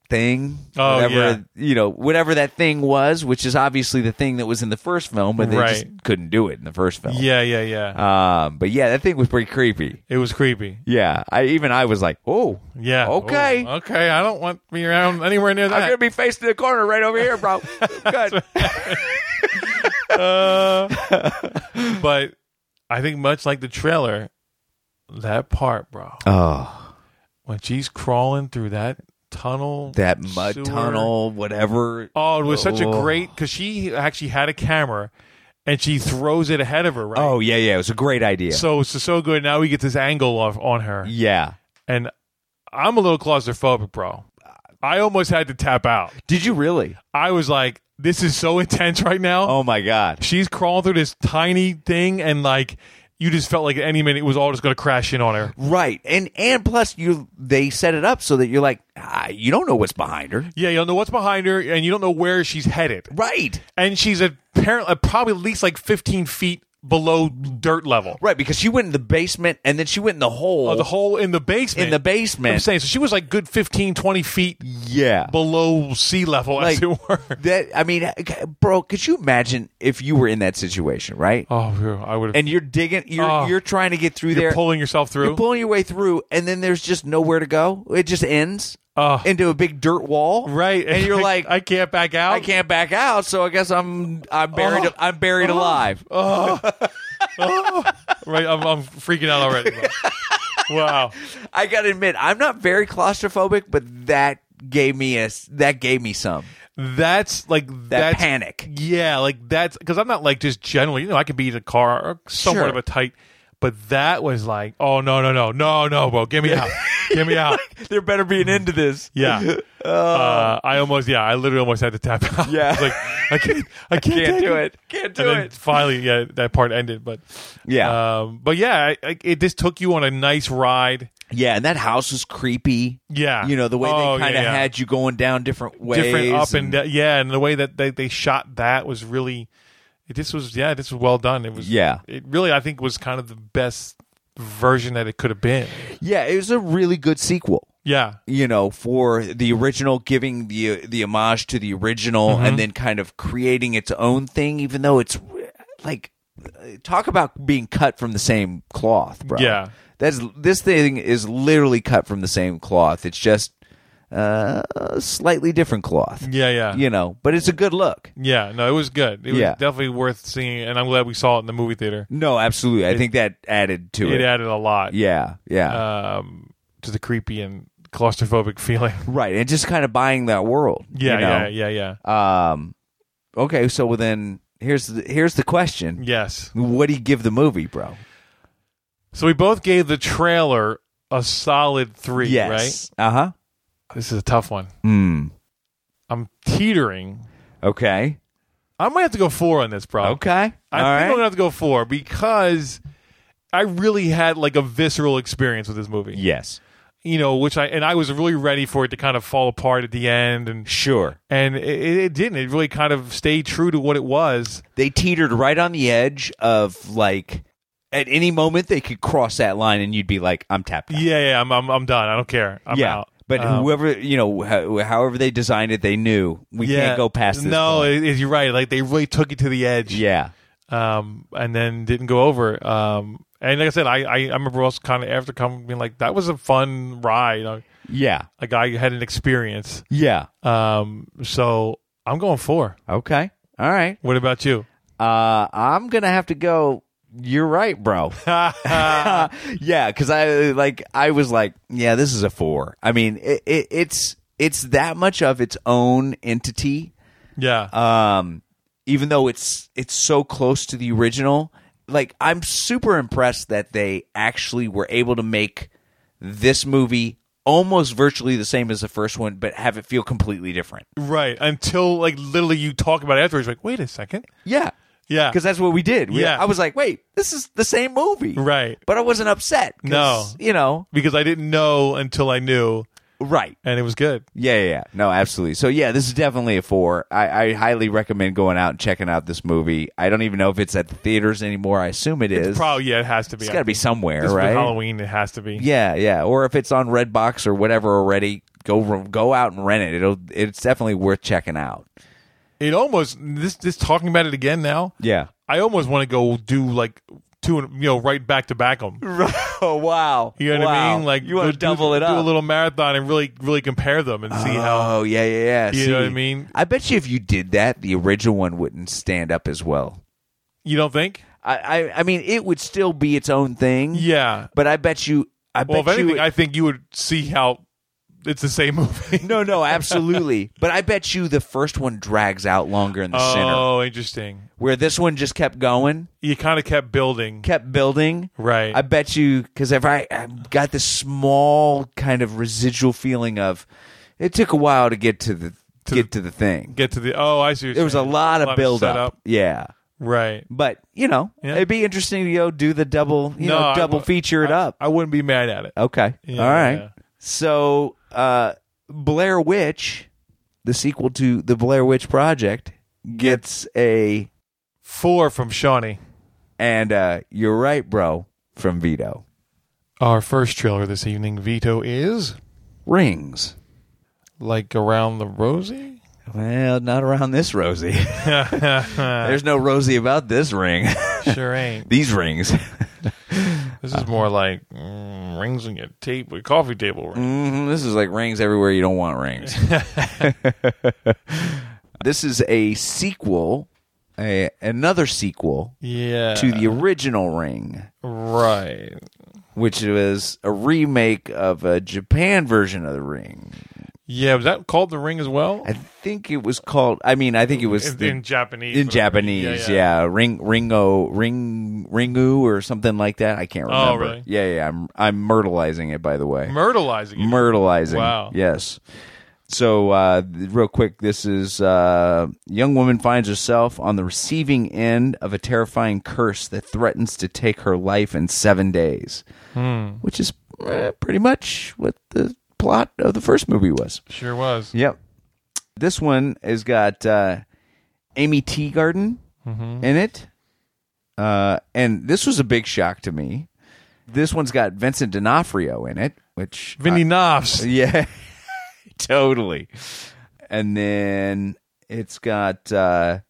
Speaker 4: thing,
Speaker 2: Oh,
Speaker 4: whatever,
Speaker 2: yeah.
Speaker 4: you know, whatever that thing was, which is obviously the thing that was in the first film, but they
Speaker 2: Right.
Speaker 4: just couldn't do it in the first film.
Speaker 2: yeah, yeah, yeah.
Speaker 4: Um, but yeah, that thing was pretty creepy.
Speaker 2: it was creepy.
Speaker 4: Yeah, I even I was like, oh,
Speaker 2: Yeah.
Speaker 4: okay,
Speaker 2: Oh, okay. I don't want to be around anywhere near
Speaker 4: I'm
Speaker 2: that.
Speaker 4: gonna be facing the corner right over here, bro. Good.
Speaker 2: but I think much like the trailer, that part, bro,
Speaker 4: oh,
Speaker 2: when she's crawling through that tunnel,
Speaker 4: that mud
Speaker 2: sewer-
Speaker 4: tunnel, whatever.
Speaker 2: Oh, it was such a
Speaker 4: Oh.
Speaker 2: great because she actually had a camera, and she throws it ahead of her, right?
Speaker 4: Oh yeah, yeah, it was a great idea.
Speaker 2: so it's so good. Now we get this angle of, on her,
Speaker 4: yeah.
Speaker 2: and I'm a little claustrophobic, bro. I almost had to tap out.
Speaker 4: Did you really?
Speaker 2: I was like, "This is so intense right now."
Speaker 4: Oh my god.
Speaker 2: she's crawling through this tiny thing and like you just felt like at any minute it was all just going to crash in on her
Speaker 4: Right, and and plus you they set it up so that you're like ah, you don't know what's behind her.
Speaker 2: yeah you don't know what's behind her and you don't know where she's headed
Speaker 4: Right,
Speaker 2: and she's apparently probably at least like 15 feet below dirt level
Speaker 4: right, because she went in the basement and then she went in the hole.
Speaker 2: Oh, the hole in the basement
Speaker 4: in the
Speaker 2: i'm
Speaker 4: basement.
Speaker 2: saying so she was like good 15 20 feet
Speaker 4: yeah,
Speaker 2: below sea level as it were
Speaker 4: that. I mean, bro, could you imagine if you were in that situation, right?
Speaker 2: oh yeah, i would have
Speaker 4: And you're digging, you're
Speaker 2: Oh.
Speaker 4: you're trying to get through
Speaker 2: you're
Speaker 4: there,
Speaker 2: pulling yourself through
Speaker 4: You're pulling your way through, and then there's just nowhere to go. It just ends
Speaker 2: Oh.
Speaker 4: into a big dirt wall,
Speaker 2: right
Speaker 4: And you're like,
Speaker 2: i can't back out
Speaker 4: I can't back out, so I guess I'm I'm buried
Speaker 2: Oh.
Speaker 4: I'm buried alive.
Speaker 2: right i'm, I'm freaking out already bro. wow
Speaker 4: I gotta admit, I'm not very claustrophobic, but that gave me a that gave me some
Speaker 2: that's like
Speaker 4: that
Speaker 2: that's
Speaker 4: panic.
Speaker 2: Yeah, like that's because I'm not like just generally, you know, I could be in a car or somewhat
Speaker 4: Sure.
Speaker 2: of a tight, but that was like, oh no, no, no, no, no, bro, get me out, get me out.
Speaker 4: There better be an end to this.
Speaker 2: Yeah, uh, I almost, yeah, I literally almost had to tap out.
Speaker 4: Yeah.
Speaker 2: I was like I can't, I can't,
Speaker 4: Can't
Speaker 2: take
Speaker 4: do it. Can't do
Speaker 2: and then
Speaker 4: it.
Speaker 2: Finally, yeah, that part ended, but
Speaker 4: Yeah,
Speaker 2: um, but yeah, I, I, it just took you on a nice ride.
Speaker 4: yeah, and that house was creepy.
Speaker 2: Yeah.
Speaker 4: you know the way
Speaker 2: Oh,
Speaker 4: they kind
Speaker 2: yeah,
Speaker 4: of
Speaker 2: yeah.
Speaker 4: had you going down different ways,
Speaker 2: different up and, down. yeah, and the way that they, they shot that was really it, this was yeah, this was well done. It was
Speaker 4: Yeah.
Speaker 2: It really I think was kind of the best version that it could have been.
Speaker 4: yeah, it was a really good sequel.
Speaker 2: Yeah.
Speaker 4: you know, for the original, giving the the homage to the original, and then kind of creating its own thing, even though it's like uh, talk about being cut from the same cloth, bro.
Speaker 2: Yeah.
Speaker 4: that's this thing is literally cut from the same cloth. It's just uh, a slightly different cloth.
Speaker 2: Yeah, yeah.
Speaker 4: you know, but it's a good look.
Speaker 2: Yeah, no, it was good. It was
Speaker 4: Yeah.
Speaker 2: definitely worth seeing and I'm glad we saw it in the movie theater.
Speaker 4: No, absolutely. I think that added to
Speaker 2: It
Speaker 4: it. Uh,
Speaker 2: added a lot
Speaker 4: yeah, yeah,
Speaker 2: um to the creepy and claustrophobic feeling.
Speaker 4: right. And just kind of buying that world. you
Speaker 2: Yeah,
Speaker 4: know?
Speaker 2: yeah, yeah, yeah.
Speaker 4: Um, okay, so well then here's the, here's the question.
Speaker 2: yes.
Speaker 4: What do you give the movie, bro?
Speaker 2: So we both gave the trailer a solid 3,
Speaker 4: Yes. Uh huh.
Speaker 2: right? This is a tough one.
Speaker 4: Hmm.
Speaker 2: I'm teetering.
Speaker 4: Okay.
Speaker 2: I might have to go 4 on this, bro.
Speaker 4: Okay.
Speaker 2: I
Speaker 4: All
Speaker 2: think I'm
Speaker 4: right.
Speaker 2: gonna have to go four because I really had like a visceral experience with this movie.
Speaker 4: Yes.
Speaker 2: You know, which I and I was really ready for it to kind of fall apart at the end, and
Speaker 4: Sure.
Speaker 2: and it, it didn't. It really kind of stayed true to what it was.
Speaker 4: They teetered right on the edge of like, at any moment they could cross that line, and you'd be like, "I'm tapped out."
Speaker 2: Yeah, yeah. I'm I'm, I'm done. I don't care. I'm
Speaker 4: yeah.
Speaker 2: out.
Speaker 4: But
Speaker 2: Um,
Speaker 4: whoever you know, ho- however they designed it, they knew we
Speaker 2: yeah.
Speaker 4: can't go past this.
Speaker 2: No, it,
Speaker 4: point.
Speaker 2: it- you're right. Like they really took it to the edge.
Speaker 4: yeah.
Speaker 2: um, and then didn't go over. Um, and like I said, I, I, I remember also kind of after coming being like, that was a fun ride. Uh,
Speaker 4: Yeah.
Speaker 2: Like I had an experience.
Speaker 4: Yeah.
Speaker 2: Um, so I'm going four.
Speaker 4: Okay. All right.
Speaker 2: What about you?
Speaker 4: Uh, I'm gonna have to go. You're right, bro. yeah, because I like I was like, yeah, this is a four. I mean, it, it, it's it's that much of its own entity.
Speaker 2: Yeah.
Speaker 4: Um, even though it's it's so close to the original, like I'm super impressed that they actually were able to make this movie almost virtually the same as the first one, but have it feel completely different.
Speaker 2: right. Until like literally you talk about it afterwards, like, wait a second.
Speaker 4: Yeah.
Speaker 2: Yeah.
Speaker 4: because that's what we did. We-
Speaker 2: Yeah.
Speaker 4: I was like, wait, this is the same movie,
Speaker 2: Right.
Speaker 4: But I wasn't upset. 'cause,
Speaker 2: No.
Speaker 4: you know,
Speaker 2: because I didn't know until I knew,
Speaker 4: right?
Speaker 2: and it was good.
Speaker 4: Yeah, yeah, yeah. no, absolutely. So yeah, this is definitely a four. I, I highly recommend going out and checking out this movie. I don't even know if it's at the theaters anymore. I assume it is.
Speaker 2: Probably, yeah, it has to be.
Speaker 4: it's got to be somewhere,
Speaker 2: This is for
Speaker 4: right?
Speaker 2: Halloween, it has to be.
Speaker 4: Yeah, yeah. Or if it's on Redbox or whatever already, go go out and rent it. It'll it's definitely worth checking out.
Speaker 2: It almost this this talking about it again now.
Speaker 4: Yeah.
Speaker 2: I almost want to go do like two, and- you know, right back to back them.
Speaker 4: Oh wow!
Speaker 2: You know what I mean? Like
Speaker 4: you want
Speaker 2: go
Speaker 4: to
Speaker 2: do-
Speaker 4: double it up?
Speaker 2: do a little marathon and really, really compare them and see how.
Speaker 4: Oh yeah, yeah, yeah.
Speaker 2: You know what I mean?
Speaker 4: I bet you if you did that, the original one wouldn't stand up as well.
Speaker 2: You don't think?
Speaker 4: I, I, I mean, it would still be its own thing.
Speaker 2: Yeah.
Speaker 4: but I bet you, I
Speaker 2: Well, if
Speaker 4: bet you.
Speaker 2: anything, I think you would see how it's the same movie.
Speaker 4: no, no, absolutely. but I bet you the first one drags out longer in the center,
Speaker 2: Oh, interesting.
Speaker 4: where this one just kept going,
Speaker 2: You kind of kept building,
Speaker 4: kept building.
Speaker 2: right?
Speaker 4: I bet you because if I, I got this small kind of residual feeling of, it took a while to get to the get to the thing.
Speaker 2: Get to the. Oh, I see. what you're
Speaker 4: There was a
Speaker 2: saying.
Speaker 4: lot of build
Speaker 2: setup.
Speaker 4: up. Yeah.
Speaker 2: Right.
Speaker 4: But you know,
Speaker 2: Yeah.
Speaker 4: it'd be interesting to go do the double, you
Speaker 2: No,
Speaker 4: know,
Speaker 2: I
Speaker 4: double
Speaker 2: wou-
Speaker 4: feature it
Speaker 2: I-
Speaker 4: up.
Speaker 2: I wouldn't be mad at it.
Speaker 4: okay,
Speaker 2: Yeah,
Speaker 4: all right.
Speaker 2: yeah.
Speaker 4: So, uh, Blair Witch, the sequel to the Blair Witch Project, gets a
Speaker 2: Four from Shawnee.
Speaker 4: and uh, you're right, bro, from Vito
Speaker 2: Our first trailer this evening, Vito, is
Speaker 4: rings.
Speaker 2: like around the rosy.
Speaker 4: Well, not around this Rosie. There's no Rosie about this ring.
Speaker 2: Sure ain't.
Speaker 4: These rings.
Speaker 2: This is more like mm, rings on your tape, your coffee table ring.
Speaker 4: Mhm, This is like rings everywhere you don't want rings. this is a sequel, a, another sequel
Speaker 2: Yeah.
Speaker 4: to the original Ring,
Speaker 2: right.
Speaker 4: which was a remake of a Japan version of the Ring.
Speaker 2: Yeah, was that called the ring as well?
Speaker 4: I think it was called. I mean, I think it was
Speaker 2: in,
Speaker 4: the-
Speaker 2: in Japanese.
Speaker 4: in
Speaker 2: but-
Speaker 4: Japanese, yeah, Ring Ringo Ring Ringu or something like that. I can't
Speaker 2: Oh,
Speaker 4: remember.
Speaker 2: really?
Speaker 4: Yeah, yeah. I'm I'm myrtleizing it by the way.
Speaker 2: Myrtleizing. it.
Speaker 4: Myrtleizing.
Speaker 2: Wow.
Speaker 4: Yes. So, uh, th- real quick, this is uh, young woman finds herself on the receiving end of a terrifying curse that threatens to take her life in seven days, which is uh, pretty much what the plot of the first movie was.
Speaker 2: Sure was.
Speaker 4: Yep. This one has got uh, Amy Teagarden in it. Uh, and this was a big shock to me. This one's got Vincent D'Onofrio in it, which
Speaker 2: Vinny Knopf's.
Speaker 4: yeah, totally. And then it's got uh,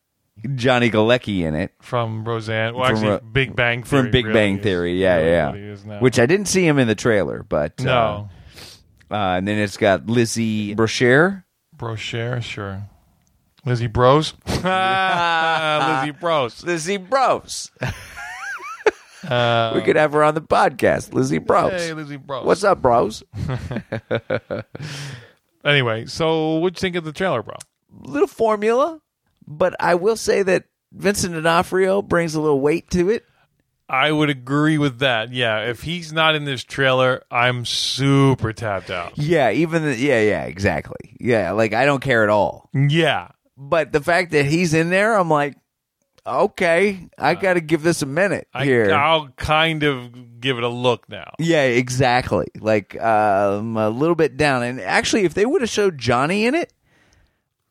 Speaker 4: Johnny Galecki in it
Speaker 2: from Roseanne. Well,
Speaker 4: From
Speaker 2: actually,
Speaker 4: Ro-
Speaker 2: Big Bang Theory.
Speaker 4: from Big
Speaker 2: really
Speaker 4: Bang
Speaker 2: is-
Speaker 4: Theory. Yeah,
Speaker 2: really
Speaker 4: yeah.
Speaker 2: what he is now.
Speaker 4: Which I didn't see him in the trailer, but
Speaker 2: no,
Speaker 4: Uh, uh, and then it's got Lizzie Brochere.
Speaker 2: brochure, sure. Lizzie Bros. Lizzie Bros.
Speaker 4: Lizzie Bros. we could have her on the podcast, Lizzie Bros.
Speaker 2: Uh, Hey, Lizzie Bros.
Speaker 4: What's up, bros?
Speaker 2: Anyway, so what'd you think of the trailer, bro?
Speaker 4: Little formula, but I will say that Vincent D'Onofrio brings a little weight to it.
Speaker 2: I would agree with that. Yeah, if he's not in this trailer, I'm super tapped out.
Speaker 4: Yeah, even the, yeah, yeah, exactly. Yeah, like I don't care at all.
Speaker 2: Yeah,
Speaker 4: But the fact that he's in there, I'm like, okay, I got to give this a minute
Speaker 2: Uh, I,
Speaker 4: here.
Speaker 2: I'll kind of give it a look now.
Speaker 4: yeah, exactly. Like um, a little bit down, and actually, if they would have showed Johnny in it,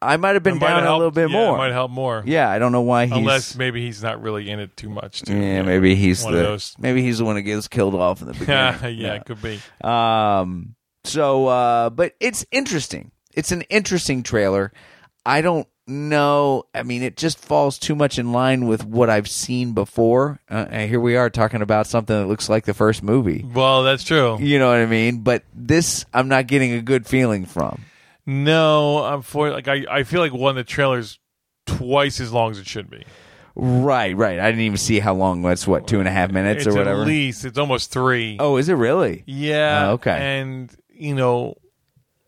Speaker 4: I might have been
Speaker 2: It might
Speaker 4: down a
Speaker 2: help-
Speaker 4: little bit
Speaker 2: yeah,
Speaker 4: more.
Speaker 2: It might help more.
Speaker 4: Yeah, I don't know why he's.
Speaker 2: Unless maybe he's not really in it too much. Too.
Speaker 4: yeah, maybe he's
Speaker 2: one
Speaker 4: the
Speaker 2: of those.
Speaker 4: maybe he's the one who gets killed off in the beginning.
Speaker 2: yeah, yeah, it could be.
Speaker 4: Um, so, uh, but it's interesting. It's an interesting trailer. I don't no, I mean, it just falls too much in line with what I've seen before. Uh, and here we are talking about something that looks like the first movie.
Speaker 2: Well, that's true.
Speaker 4: You know what I mean? But this, I'm not getting a good feeling from.
Speaker 2: No, I'm for like I, I feel like one the trailer's twice as long as it should be.
Speaker 4: Right, right. I didn't even see how long. That's what two and a half minutes
Speaker 2: It's
Speaker 4: or whatever.
Speaker 2: at least it's almost three.
Speaker 4: oh, is it really?
Speaker 2: Yeah.
Speaker 4: Oh, okay.
Speaker 2: And you know,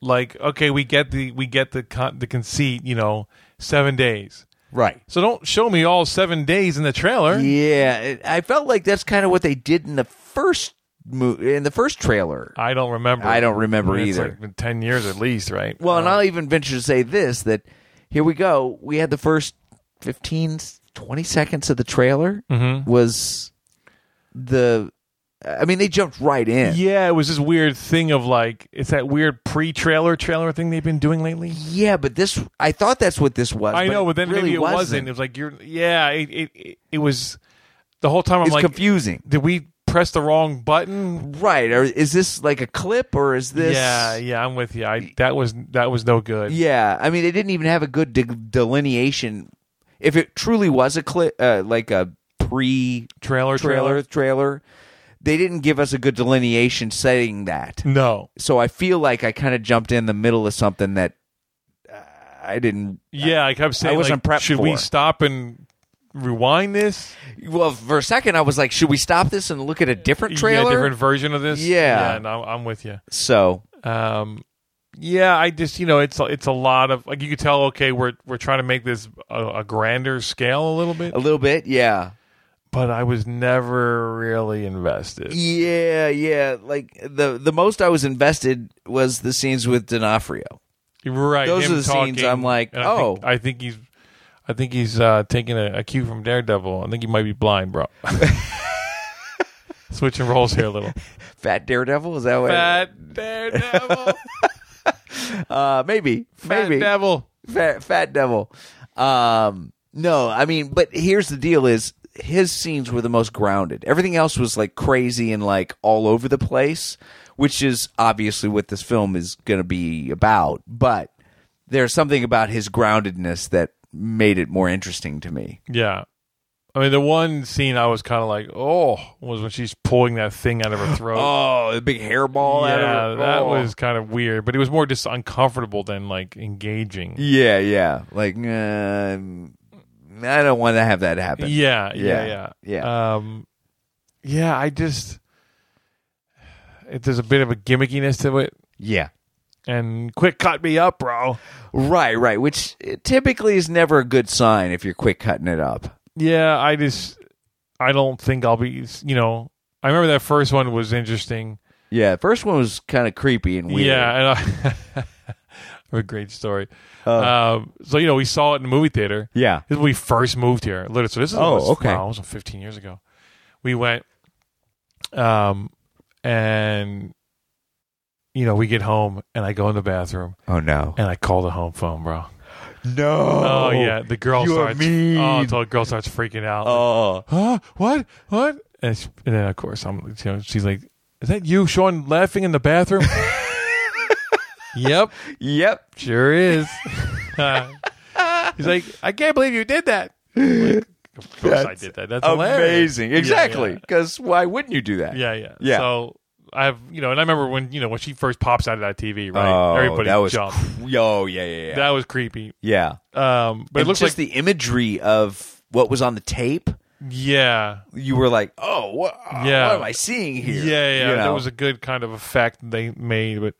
Speaker 2: like okay, we get the we get the con- the conceit. You know, seven days.
Speaker 4: Right.
Speaker 2: So don't show me all seven days in the trailer.
Speaker 4: Yeah, it, I felt like that's kind of what they did in the first mo- in the first trailer.
Speaker 2: I don't remember.
Speaker 4: I don't remember
Speaker 2: It's
Speaker 4: either.
Speaker 2: like been ten years at least, right?
Speaker 4: Well, and I'll even venture to say this that here we go. We had the first 15, 20 seconds of the trailer
Speaker 2: Mm-hmm.
Speaker 4: was the. I mean, they jumped right in.
Speaker 2: yeah, it was this weird thing of like it's that weird pre-trailer trailer thing they've been doing lately.
Speaker 4: Yeah, but this, I thought that's what this was.
Speaker 2: I know, but then
Speaker 4: it really
Speaker 2: maybe it wasn't. It was like you're, yeah, it it, it, it was the whole time. I'm
Speaker 4: It's
Speaker 2: like,
Speaker 4: confusing.
Speaker 2: did we press the wrong button?
Speaker 4: Right. Or is this like a clip or is this.
Speaker 2: yeah, yeah, I'm with you. I that was that was no good.
Speaker 4: Yeah, I mean, they didn't even have a good de- delineation. If it truly was a clip, uh, like a pre
Speaker 2: Trailer, trailer.
Speaker 4: trailer trailer, they didn't give us a good delineation saying that.
Speaker 2: No.
Speaker 4: So I feel like I kind of jumped in the middle of something that uh, I didn't.
Speaker 2: Yeah, I kept saying
Speaker 4: I wasn't
Speaker 2: like,
Speaker 4: prepped
Speaker 2: should
Speaker 4: for.
Speaker 2: we stop and rewind this?
Speaker 4: Well, for a second, I was like, should we stop this and look at a different
Speaker 2: Yeah,
Speaker 4: trailer?
Speaker 2: different version of this.
Speaker 4: Yeah.
Speaker 2: yeah no, I'm with you.
Speaker 4: So
Speaker 2: Um, yeah, I just you know it's a- it's a lot of like you could tell. Okay, we're we're trying to make this a, a grander scale a little bit,
Speaker 4: a little bit, yeah.
Speaker 2: but I was never really invested.
Speaker 4: Yeah, yeah. Like the the most I was invested was the scenes with D'Onofrio.
Speaker 2: Right.
Speaker 4: Those
Speaker 2: him
Speaker 4: are the scenes
Speaker 2: talking,
Speaker 4: I'm like,
Speaker 2: and I think-
Speaker 4: oh.
Speaker 2: I think he's, I think he's uh, taking a, a cue from Daredevil. I think he might be blind, bro. Switching roles here a little.
Speaker 4: Fat Daredevil is that what?
Speaker 2: Fat Daredevil,
Speaker 4: Uh, maybe,
Speaker 2: Fat
Speaker 4: maybe
Speaker 2: Devil.
Speaker 4: fat, fat devil. Um, no, I mean, but here's the deal: is his scenes were the most grounded. Everything else was like crazy and like all over the place, which is obviously what this film is going to be about. But there's something about his groundedness that made it more interesting to me.
Speaker 2: Yeah. I mean, the one scene I was kind of like, oh, was when she's pulling that thing out of her throat.
Speaker 4: Oh, the big hairball! out
Speaker 2: yeah,
Speaker 4: of it.
Speaker 2: that
Speaker 4: Oh.
Speaker 2: was kind of weird, but it was more just uncomfortable than like engaging.
Speaker 4: Yeah, yeah. Like, uh, I don't want to have that happen.
Speaker 2: Yeah,
Speaker 4: Yeah,
Speaker 2: yeah, yeah,
Speaker 4: yeah.
Speaker 2: Um, yeah, I just it, there's a bit of a gimmickiness to it,
Speaker 4: yeah.
Speaker 2: and quick cut me up, bro.
Speaker 4: Right, right. Which eh, typically is never a good sign if you're quick cutting it up.
Speaker 2: Yeah, I just I don't think I'll be. You know, I remember that first one was interesting.
Speaker 4: Yeah, the first one was kind of creepy and weird.
Speaker 2: Yeah, and I, a great story. um, so you know, we saw it in the movie theater.
Speaker 4: Yeah.
Speaker 2: This is when we first moved here. Literally, so this is
Speaker 4: Oh,
Speaker 2: was,
Speaker 4: okay.
Speaker 2: Wow, it was 15 years ago. We went, um, and you know, we get home, and I go in the bathroom,
Speaker 4: Oh no.
Speaker 2: and I call the home phone, bro.
Speaker 4: No.
Speaker 2: Oh, yeah, the girl
Speaker 4: you're
Speaker 2: starts.
Speaker 4: mean.
Speaker 2: Oh, so the girl starts freaking out. like,
Speaker 4: Oh.
Speaker 2: huh? What? What? And, she, and then of course I'm, you know, she's like, "Is that you, Sean, laughing in the bathroom?" yep,
Speaker 4: Yep.
Speaker 2: sure is. He's like, "I can't believe you did that." I'm like, of course I did that. That's hilarious.
Speaker 4: Amazing.
Speaker 2: Yeah,
Speaker 4: Exactly. Because why wouldn't you do that?
Speaker 2: Yeah, yeah, yeah.
Speaker 4: Yeah.
Speaker 2: So I have, you know, and I remember when, you know, when she first pops out of that TV, right?
Speaker 4: Oh,
Speaker 2: Everybody
Speaker 4: that was
Speaker 2: jumped.
Speaker 4: cr- oh yeah, yeah, yeah.
Speaker 2: That was creepy.
Speaker 4: yeah.
Speaker 2: Um, but
Speaker 4: and
Speaker 2: it looks like,
Speaker 4: just the imagery of what was on the tape.
Speaker 2: yeah,
Speaker 4: You were like, oh, what?
Speaker 2: Yeah.
Speaker 4: What am I seeing here?
Speaker 2: Yeah, yeah.
Speaker 4: You
Speaker 2: That
Speaker 4: know?
Speaker 2: was a good kind of effect they made, but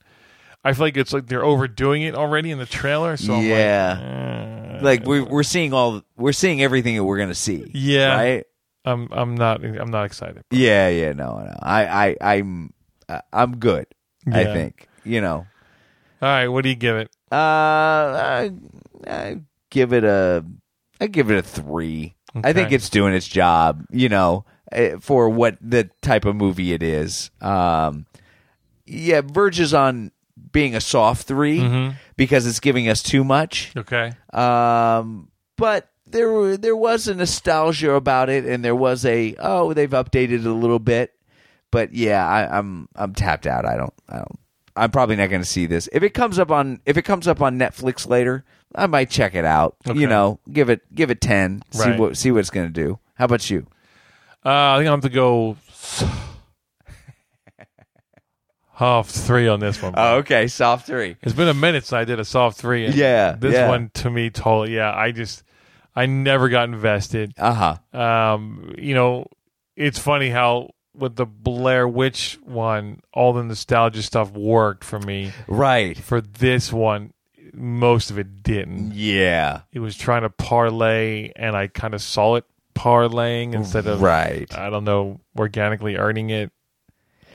Speaker 2: I feel like it's like they're overdoing it already in the trailer. So I'm
Speaker 4: yeah.
Speaker 2: like, eh,
Speaker 4: like we're we're seeing all we're seeing everything that we're gonna see.
Speaker 2: Yeah.
Speaker 4: Right.
Speaker 2: I'm I'm not I'm not excited.
Speaker 4: Yeah. Yeah. No. No. I. I. I'm. Uh, I'm good. I
Speaker 2: Yeah.
Speaker 4: think. You know.
Speaker 2: All right, what do you give it?
Speaker 4: Uh. I, I give it a. I give it a three. I think
Speaker 2: Okay.
Speaker 4: it's doing its job. You know, eh, for what the type of movie it is. Um. Yeah, verges on being a soft 3
Speaker 2: Mm-hmm.
Speaker 4: because it's giving us too much.
Speaker 2: Okay.
Speaker 4: Um, but there were- there was a nostalgia about it, and there was a oh they've updated it a little bit, but yeah, I, I'm I'm tapped out. I don't I don't I'm probably not going to see this. If it comes up on if it comes up on Netflix later, I might check it out.
Speaker 2: Okay.
Speaker 4: You know, give it give it ten. See
Speaker 2: Right.
Speaker 4: what see what it's going to do. How about you?
Speaker 2: Uh, I think I'm going to go half three on this one.
Speaker 4: Oh, okay, soft three.
Speaker 2: It's been a minute since I did a soft three. And
Speaker 4: Yeah,
Speaker 2: This
Speaker 4: yeah.
Speaker 2: one to me totally, yeah, I just, I never got invested.
Speaker 4: Uh huh.
Speaker 2: Um, you know, it's funny how with the Blair Witch one, all the nostalgia stuff worked for me.
Speaker 4: Right.
Speaker 2: For this one, most of it didn't.
Speaker 4: Yeah.
Speaker 2: It was trying to parlay, and I kind of saw it parlaying instead of
Speaker 4: Right.
Speaker 2: I don't know, organically earning it.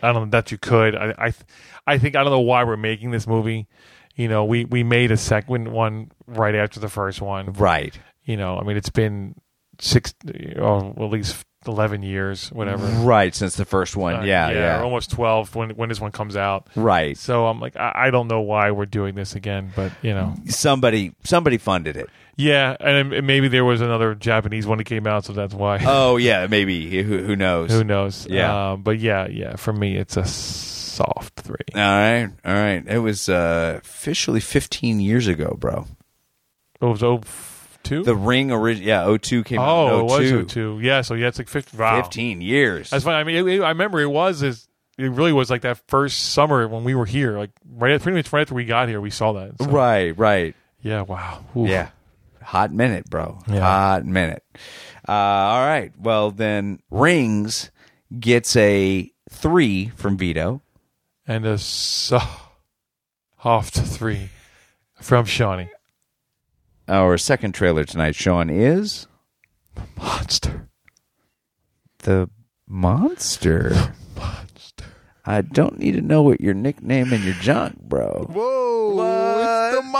Speaker 2: I don't know that you could. I, I, th- I think I don't know why we're making this movie. You know, we we made a second one right after the first one.
Speaker 4: Right.
Speaker 2: You know, I mean, it's been six or at least eleven years, whatever.
Speaker 4: Right. Since the first one.
Speaker 2: Uh,
Speaker 4: yeah.
Speaker 2: or
Speaker 4: Yeah.
Speaker 2: almost twelve when when this one comes out.
Speaker 4: Right.
Speaker 2: So I'm like, I, I don't know why we're doing this again, but you know,
Speaker 4: Somebody somebody funded it.
Speaker 2: yeah, and, and maybe there was another Japanese one that came out, so that's why.
Speaker 4: Oh yeah, maybe. Who who knows?
Speaker 2: Who knows?
Speaker 4: Yeah.
Speaker 2: Uh, but yeah, yeah. For me, it's a soft three.
Speaker 4: All right, all right. It was uh, officially 15 years ago, bro.
Speaker 2: It was oh f- two.
Speaker 4: The Ring, orig- yeah, 02 came out.
Speaker 2: oh, it
Speaker 4: in
Speaker 2: was
Speaker 4: 02.
Speaker 2: oh two. Yeah, so yeah, it's like fifteen. Wow.
Speaker 4: 15 years.
Speaker 2: That's funny. I mean, it, it- I remember it was is it really was like that first summer when we were here, like right pretty much right after we got here, we saw that. So,
Speaker 4: Right, right.
Speaker 2: Yeah. Wow. Oof.
Speaker 4: Yeah. Hot minute, bro.
Speaker 2: Yeah.
Speaker 4: Hot minute. Uh, all right. Well, then Rings gets a three from Vito.
Speaker 2: And a soft three from Shawnee
Speaker 4: Our second trailer tonight, Sean, is
Speaker 2: Monster.
Speaker 4: The Monster.
Speaker 2: Monster.
Speaker 4: I don't need to know what your nickname and your junk, bro.
Speaker 2: Whoa!
Speaker 4: What?
Speaker 2: It's the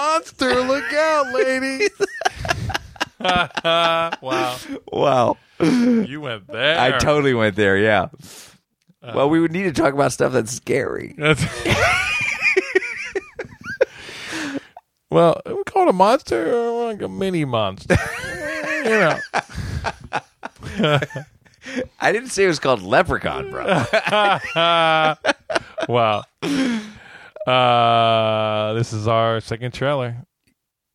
Speaker 2: monster! Look out, ladies! wow,
Speaker 4: Wow.
Speaker 2: you went there.
Speaker 4: I totally went there, yeah.
Speaker 2: Uh.
Speaker 4: well, we would need to talk about stuff that's scary.
Speaker 2: That's- well, we call it a monster or like a mini monster. you know.
Speaker 4: I didn't say it was called Leprechaun, bro.
Speaker 2: Wow. Uh, this is our second trailer.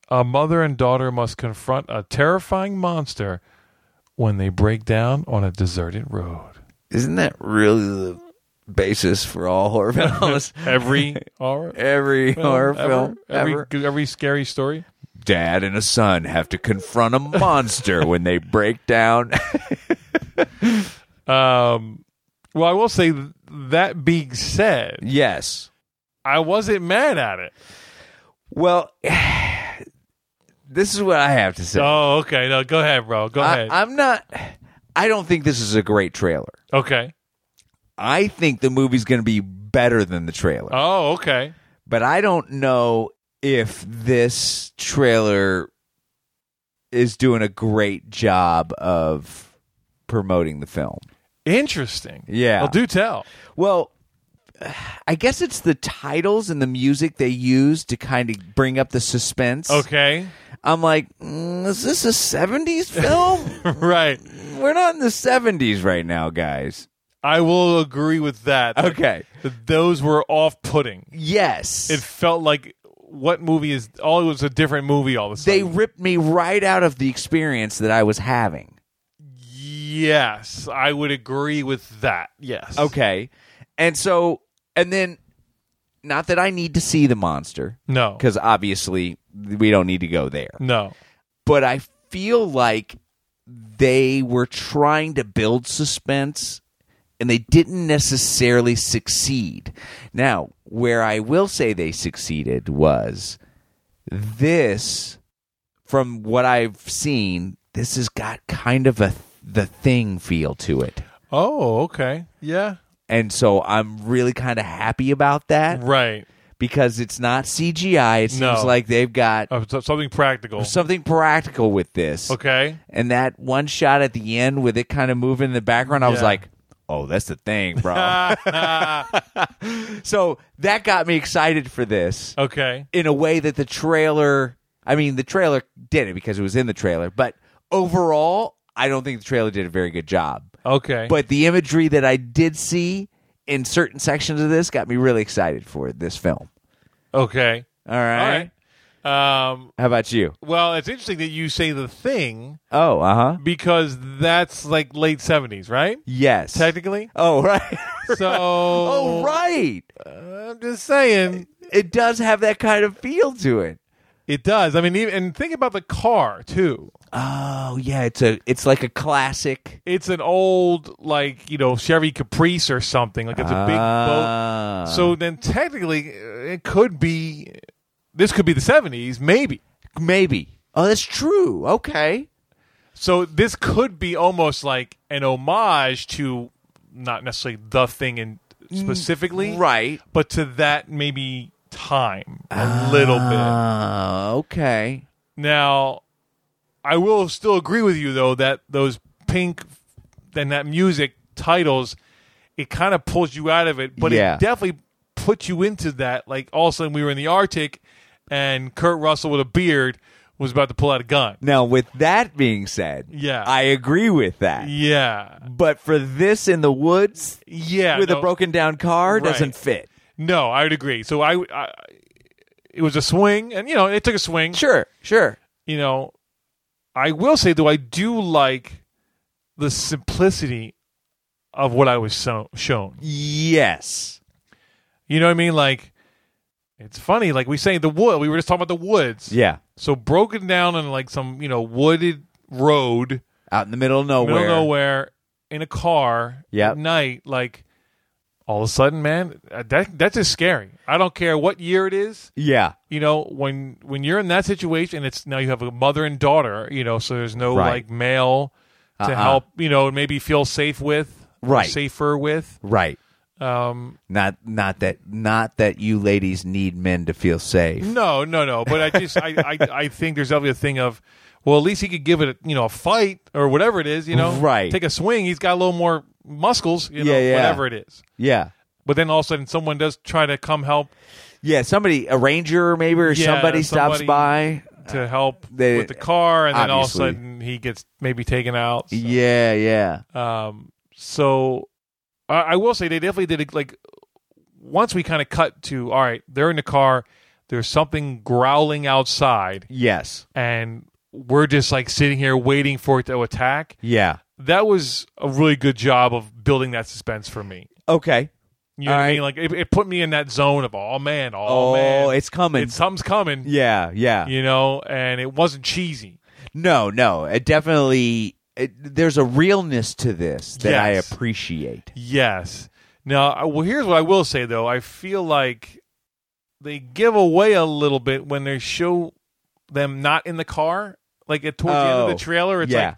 Speaker 2: A mother and daughter must confront a terrifying monster when they break down on a deserted road.
Speaker 4: Isn't that really the basis for all horror films?
Speaker 2: Every horror
Speaker 4: every
Speaker 2: film
Speaker 4: horror
Speaker 2: ever?
Speaker 4: film
Speaker 2: every,
Speaker 4: ever.
Speaker 2: every scary story.
Speaker 4: Dad and a son have to confront a monster when they break down.
Speaker 2: Um, well, I will say th- that being said,
Speaker 4: yes.
Speaker 2: I wasn't mad at it.
Speaker 4: Well, this is what I have to say.
Speaker 2: Oh, okay. No, go ahead, bro. Go
Speaker 4: I,
Speaker 2: ahead.
Speaker 4: I'm not. I don't think this is a great trailer.
Speaker 2: okay.
Speaker 4: I think the movie's going to be better than the trailer.
Speaker 2: Oh, okay.
Speaker 4: but I don't know if this trailer is doing a great job of promoting the film.
Speaker 2: Interesting.
Speaker 4: Yeah.
Speaker 2: Well, do tell.
Speaker 4: Well, I guess it's the titles and the music they use to kind of bring up the suspense.
Speaker 2: Okay.
Speaker 4: I'm like, mm, is this a 70s film?
Speaker 2: right.
Speaker 4: We're not in the 70s right now, guys.
Speaker 2: I will agree with that.
Speaker 4: Okay.
Speaker 2: That Those were off putting.
Speaker 4: Yes.
Speaker 2: It felt like what movie is all it was a different movie all of a
Speaker 4: they
Speaker 2: sudden.
Speaker 4: ripped me right out of the experience that I was having.
Speaker 2: yes. I would agree with that. Yes.
Speaker 4: Okay. And so, and then, not that I need to see the monster,
Speaker 2: No.
Speaker 4: because obviously we don't need to go there.
Speaker 2: No.
Speaker 4: But I feel like they were trying to build suspense and they didn't necessarily succeed. Now, where I will say they succeeded was this, from what I've seen, this has got kind of a the thing feel to it.
Speaker 2: Oh, okay. Yeah.
Speaker 4: And so I'm really kind of happy about that
Speaker 2: Right.
Speaker 4: because it's not CGI. It seems
Speaker 2: No.
Speaker 4: like they've got
Speaker 2: Uh, so- something practical.
Speaker 4: something practical with this.
Speaker 2: Okay.
Speaker 4: And that one shot at the end with it kind of moving in the background, I was
Speaker 2: Yeah.
Speaker 4: like, oh, that's the thing, bro. so that got me excited for this
Speaker 2: Okay.
Speaker 4: in a way that the trailer, I mean, the trailer did it because it was in the trailer, but overall, I don't think the trailer did a very good job.
Speaker 2: Okay.
Speaker 4: But the imagery that I did see in certain sections of this got me really excited for this film.
Speaker 2: Okay.
Speaker 4: All right.
Speaker 2: All right. Um,
Speaker 4: How about you?
Speaker 2: well, it's interesting that you say the thing
Speaker 4: Oh, uh huh.
Speaker 2: because that's like late seventies, right?
Speaker 4: Yes.
Speaker 2: Technically.
Speaker 4: oh, right.
Speaker 2: So.
Speaker 4: oh, right.
Speaker 2: I'm just saying
Speaker 4: It does have that kind of feel to it.
Speaker 2: it does. I mean, even, and think about the car too.
Speaker 4: Oh yeah, it's a it's like a classic.
Speaker 2: It's an old like you know Chevy Caprice or something. Like it's a big
Speaker 4: Ah.
Speaker 2: boat. So then technically uh, it could be. This could be the seventies, maybe.
Speaker 4: Maybe. Oh, that's true. Okay.
Speaker 2: So this could be almost like an homage to not necessarily the thing in
Speaker 4: Mm,
Speaker 2: specifically,
Speaker 4: Right.
Speaker 2: But to that maybe time a little bit.
Speaker 4: Uh, okay.
Speaker 2: Now, I will still agree with you though that those pink and that music titles, it kind of pulls you out of it, but
Speaker 4: Yeah.
Speaker 2: it definitely puts you into that. Like all of a sudden we were in the Arctic, and Kurt Russell with a beard was about to pull out a gun.
Speaker 4: Now, with that being said,
Speaker 2: Yeah.
Speaker 4: I agree with that.
Speaker 2: Yeah,
Speaker 4: But for this in the woods
Speaker 2: yeah.
Speaker 4: with a
Speaker 2: no-
Speaker 4: broken down car
Speaker 2: Right.
Speaker 4: doesn't fit.
Speaker 2: No, I would agree. So I, I- it was a swing, and you know, it took a swing.
Speaker 4: Sure, sure.
Speaker 2: You know, I will say though, I do like the simplicity of what I was so- shown.
Speaker 4: Yes.
Speaker 2: You know what I mean? Like, it's funny. Like we say the wood. We were just talking about the woods.
Speaker 4: Yeah.
Speaker 2: So broken down in like some you know wooded road,
Speaker 4: Out in the middle of nowhere.
Speaker 2: middle of nowhere, in a car
Speaker 4: Yep.
Speaker 2: at night, like. All of a sudden, man, uh, that that's just scary. I don't care what year it is.
Speaker 4: Yeah.
Speaker 2: you know when when you're in that situation and it's now you have a mother and daughter you know so there's no
Speaker 4: Right. Uh-uh.
Speaker 2: like male to help you know maybe feel safe with or
Speaker 4: Right.
Speaker 2: safer with
Speaker 4: Right.
Speaker 2: um
Speaker 4: Not not that not that you ladies need men to feel safe.
Speaker 2: no no no but i just I, I i think there's definitely a thing of well at least he could give it a, you know a fight or whatever it is you know
Speaker 4: Right.
Speaker 2: take a swing he's got a little more muscles you know
Speaker 4: Yeah, yeah.
Speaker 2: whatever it is
Speaker 4: Yeah.
Speaker 2: but then all of a sudden someone does try to come help
Speaker 4: Yeah, somebody a ranger maybe or
Speaker 2: Yeah,
Speaker 4: somebody, stops
Speaker 2: somebody-
Speaker 4: by.
Speaker 2: to help
Speaker 4: Uh, They-
Speaker 2: with the car and then all of a
Speaker 4: obviously.
Speaker 2: sudden he gets maybe taken out so.
Speaker 4: Yeah, yeah.
Speaker 2: Um, so I, I will say they definitely did it, like once we kind of cut to all right, they're in the car. There's something growling outside,
Speaker 4: Yes.
Speaker 2: and we're just like sitting here waiting for it to attack.
Speaker 4: Yeah.
Speaker 2: That was a really good job of building that suspense for me.
Speaker 4: Okay.
Speaker 2: You know what I
Speaker 4: Alright.
Speaker 2: mean? Like it, it put me in that zone of oh man, oh,
Speaker 4: Oh,
Speaker 2: man,
Speaker 4: it's coming.
Speaker 2: it's, something's coming.
Speaker 4: Yeah, yeah.
Speaker 2: You know, and it wasn't cheesy.
Speaker 4: No, no. It definitely it, there's a realness to this that I
Speaker 2: Yes.
Speaker 4: appreciate.
Speaker 2: Yes. Now, I- well, here's what I will say though. I feel like they give away a little bit when they show them not in the car, like at towards the end of
Speaker 4: Oh,
Speaker 2: the trailer. It's
Speaker 4: yeah.
Speaker 2: like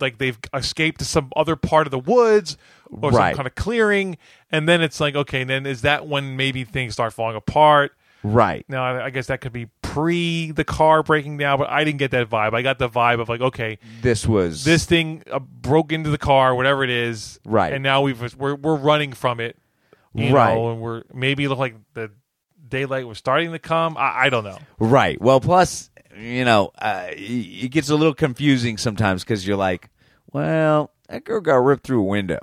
Speaker 2: like they've escaped to some other part of the woods or
Speaker 4: Right.
Speaker 2: some kind of clearing, and then it's like, okay, then is that when maybe things start falling apart?
Speaker 4: Right.
Speaker 2: Now, I, I guess that could be pre the car breaking down, but I didn't get that vibe. I got the vibe of like, okay,
Speaker 4: This was
Speaker 2: this thing uh, broke into the car, whatever it is,
Speaker 4: Right.
Speaker 2: And now we've we're we're running from it, you
Speaker 4: Right.
Speaker 2: Know, and we're maybe it looked like the daylight was starting to come. I, I don't know.
Speaker 4: Right. Well, plus, you know, uh, it- it gets a little confusing sometimes because you're like, well, that girl got ripped through a window.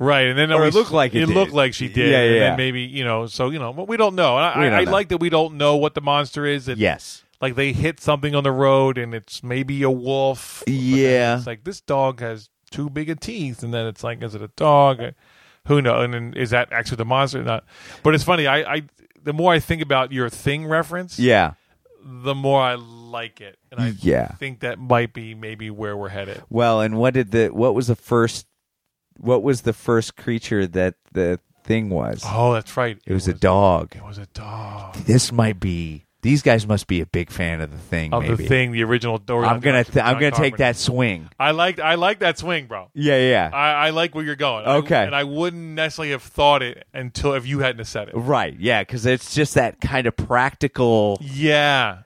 Speaker 2: Right, and then
Speaker 4: Or
Speaker 2: we-
Speaker 4: it looked like it
Speaker 2: it
Speaker 4: did.
Speaker 2: looked like she did.
Speaker 4: Yeah,
Speaker 2: and
Speaker 4: yeah,
Speaker 2: then
Speaker 4: yeah.
Speaker 2: maybe you know. So you know, but we don't know. And
Speaker 4: We
Speaker 2: I,
Speaker 4: don't
Speaker 2: I, I
Speaker 4: know.
Speaker 2: like that we don't know what the monster is. It,
Speaker 4: Yes.
Speaker 2: like they hit something on the road, and it's maybe a wolf. but then
Speaker 4: Yeah.
Speaker 2: it's like this dog has too big of teeth, and then it's like, is it a dog? Uh, Who knows? And then is that actually the monster or not? But it's funny. I, I the more I think about your thing reference,
Speaker 4: Yeah.
Speaker 2: the more I like it, and I
Speaker 4: Yeah.
Speaker 2: think that might be maybe where we're headed.
Speaker 4: Well, and what did the what was the first what was the first creature that the thing was?
Speaker 2: Oh, that's right.
Speaker 4: it was a dog.
Speaker 2: It was a dog.
Speaker 4: This might be these guys must be a big fan of the thing.
Speaker 2: Of
Speaker 4: maybe.
Speaker 2: the thing, the original.
Speaker 4: I'm gonna th- I'm gonna take
Speaker 2: that.
Speaker 4: that swing.
Speaker 2: I like I like that swing, bro.
Speaker 4: Yeah, yeah.
Speaker 2: I, I like where you're going. I-
Speaker 4: Okay.
Speaker 2: and I wouldn't necessarily have thought it until if you hadn't have said it.
Speaker 4: right. Yeah, because it's just that kind of practical.
Speaker 2: Yeah.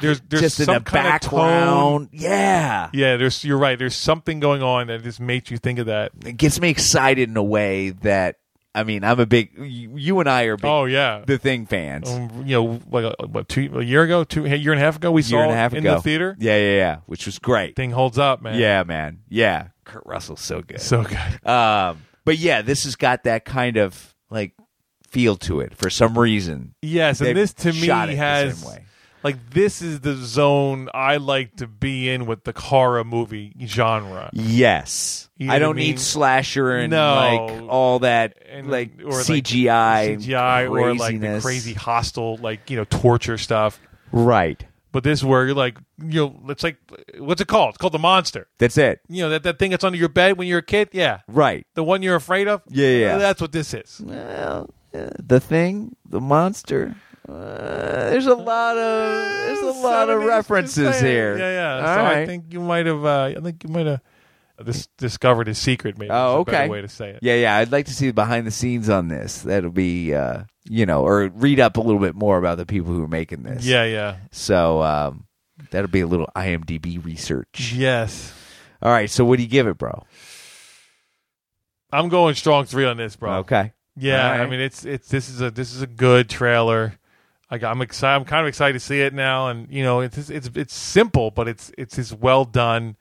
Speaker 2: There's there's
Speaker 4: just in
Speaker 2: some
Speaker 4: the
Speaker 2: kind of tone.
Speaker 4: background. Yeah.
Speaker 2: Yeah, there's you're right. There's something going on that just makes you think of that.
Speaker 4: It gets me excited in a way that I mean, I'm a big you, you and I are big
Speaker 2: Oh yeah.
Speaker 4: the thing fans.
Speaker 2: Um, you know, like uh, what two a year ago, two a year and a half ago, we
Speaker 4: a year
Speaker 2: saw
Speaker 4: and a half
Speaker 2: it in
Speaker 4: ago.
Speaker 2: the theater.
Speaker 4: Yeah, yeah, yeah, which was great.
Speaker 2: Thing holds up, man.
Speaker 4: Yeah, man. Yeah. Kurt Russell's so good.
Speaker 2: so good.
Speaker 4: um but But yeah, this has got that kind of like feel to it for some reason.
Speaker 2: Yes, and
Speaker 4: They've
Speaker 2: this to me
Speaker 4: shot it the
Speaker 2: has
Speaker 4: same way.
Speaker 2: like this is the zone I like to be in with the horror movie genre.
Speaker 4: Yes.
Speaker 2: You know
Speaker 4: I
Speaker 2: what I
Speaker 4: don't
Speaker 2: mean?
Speaker 4: need slasher and
Speaker 2: No.
Speaker 4: like all that
Speaker 2: And
Speaker 4: like
Speaker 2: or
Speaker 4: CGI, and
Speaker 2: CGI, or like the
Speaker 4: craziness.
Speaker 2: crazy hostile, like you know, torture stuff.
Speaker 4: Right.
Speaker 2: But this where you're like, you know, it's like, what's it called? It's called the monster.
Speaker 4: That's it.
Speaker 2: You know that that thing that's under your bed when you're a kid. Yeah,
Speaker 4: Right.
Speaker 2: the one you're afraid of.
Speaker 4: Yeah, yeah.
Speaker 2: That's what this is.
Speaker 4: Well, uh, the thing, the monster. Uh, there's a lot of there's a lot of
Speaker 2: 70s,
Speaker 4: references
Speaker 2: just saying.
Speaker 4: here.
Speaker 2: Yeah, yeah.
Speaker 4: All
Speaker 2: so I
Speaker 4: right.
Speaker 2: think you might have. Uh, I think you might have dis- discovered his secret. Maybe.
Speaker 4: Oh,
Speaker 2: is a better
Speaker 4: okay.
Speaker 2: way to say it.
Speaker 4: Yeah, yeah. I'd like to see the behind the scenes on this. That'll be, uh, you know, or read up a little bit more about the people who are making this.
Speaker 2: Yeah, yeah.
Speaker 4: So um, that'll be a little IMDb research.
Speaker 2: Yes.
Speaker 4: All right. So what do you give it, bro?
Speaker 2: I'm going strong three on this, bro.
Speaker 4: Okay.
Speaker 2: Yeah,
Speaker 4: All right.
Speaker 2: I mean it's it's this is a this is a good trailer. I got, I'm excited. I'm kind of excited to see it now, and you know it's it's it's simple, but it's it's it's well done.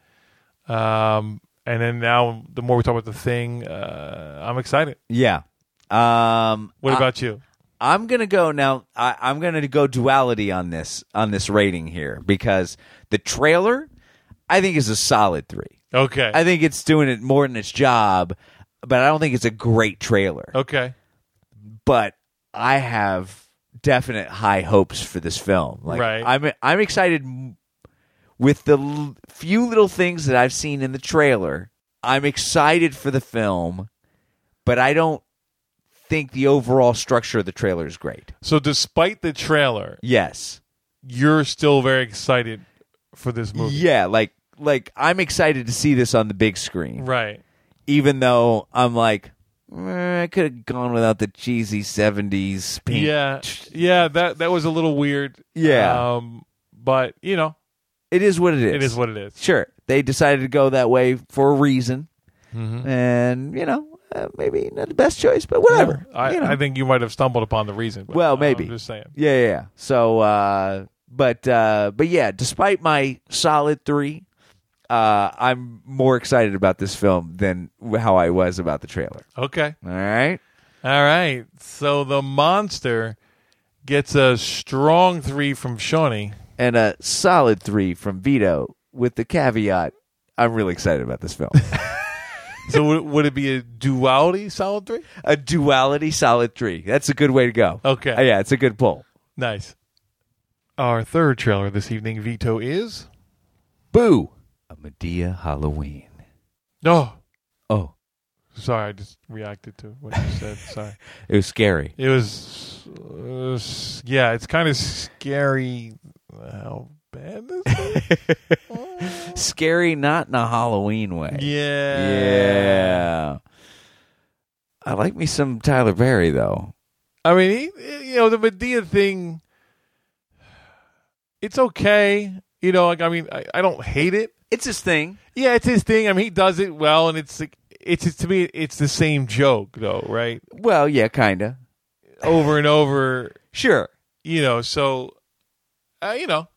Speaker 2: Um, and then now the more we talk about the thing, uh, I'm excited.
Speaker 4: Yeah. Um,
Speaker 2: What
Speaker 4: I-
Speaker 2: about you?
Speaker 4: I'm gonna go now. I, I'm gonna go duality on this on this rating here because the trailer, I think, is a solid three.
Speaker 2: Okay,
Speaker 4: I think it's doing it more than its job, but I don't think it's a great trailer.
Speaker 2: okay,
Speaker 4: But I have definite high hopes for this film. Like
Speaker 2: Right.
Speaker 4: I'm I'm excited m- with the l- few little things that I've seen in the trailer. I'm excited for the film, but I don't think the overall structure of the trailer is great.
Speaker 2: so despite the trailer,
Speaker 4: Yes.
Speaker 2: you're still very excited for this movie,
Speaker 4: Yeah, like like I'm excited to see this on the big screen,
Speaker 2: right?
Speaker 4: even though I'm like "Eh, I could have gone without the cheesy '70s. Pink.
Speaker 2: Yeah, yeah. That that was a little weird.
Speaker 4: Yeah.
Speaker 2: um, but you know,
Speaker 4: it is what it is.
Speaker 2: it is what it is.
Speaker 4: Sure, they decided to go that way for a reason,
Speaker 2: Mm-hmm.
Speaker 4: and you know, uh, maybe not the best choice, but whatever.
Speaker 2: I,
Speaker 4: you know.
Speaker 2: I think you might have stumbled upon the reason. but
Speaker 4: Well,
Speaker 2: I'm
Speaker 4: maybe.
Speaker 2: just saying.
Speaker 4: Yeah, yeah, yeah. So, uh, but uh, but yeah, despite my solid three, uh, I'm more excited about this film than how I was about the trailer.
Speaker 2: Okay.
Speaker 4: All right.
Speaker 2: All right. So the monster gets a strong three from Shawnee.
Speaker 4: and a solid three from Vito with the caveat I'm really excited about this film.
Speaker 2: So would, would it be a duality solid three?
Speaker 4: a duality solid three. That's a good way to go.
Speaker 2: Okay.
Speaker 4: Uh, yeah, it's a good pull.
Speaker 2: Nice. Our third trailer this evening, Vito, is.
Speaker 4: Boo! A Medea Halloween.
Speaker 2: No.
Speaker 4: Oh,
Speaker 2: Sorry, I just reacted to what you said. Sorry.
Speaker 4: it was scary.
Speaker 2: It was. uh, s- yeah, it's kind of scary how bad this is.
Speaker 4: Scary, not in a Halloween way. Yeah. I like me some Tyler Berry, though.
Speaker 2: I mean, he, you know, the Medea thing, it's okay. You know, like, I mean, I, I don't hate it.
Speaker 4: It's his thing.
Speaker 2: Yeah, it's his thing. I mean, he does it well, and it's like, it's, it's to me, it's the same joke, though, right?
Speaker 4: Well, yeah, kinda.
Speaker 2: Over and over,
Speaker 4: Sure.
Speaker 2: you know, so, uh, you know,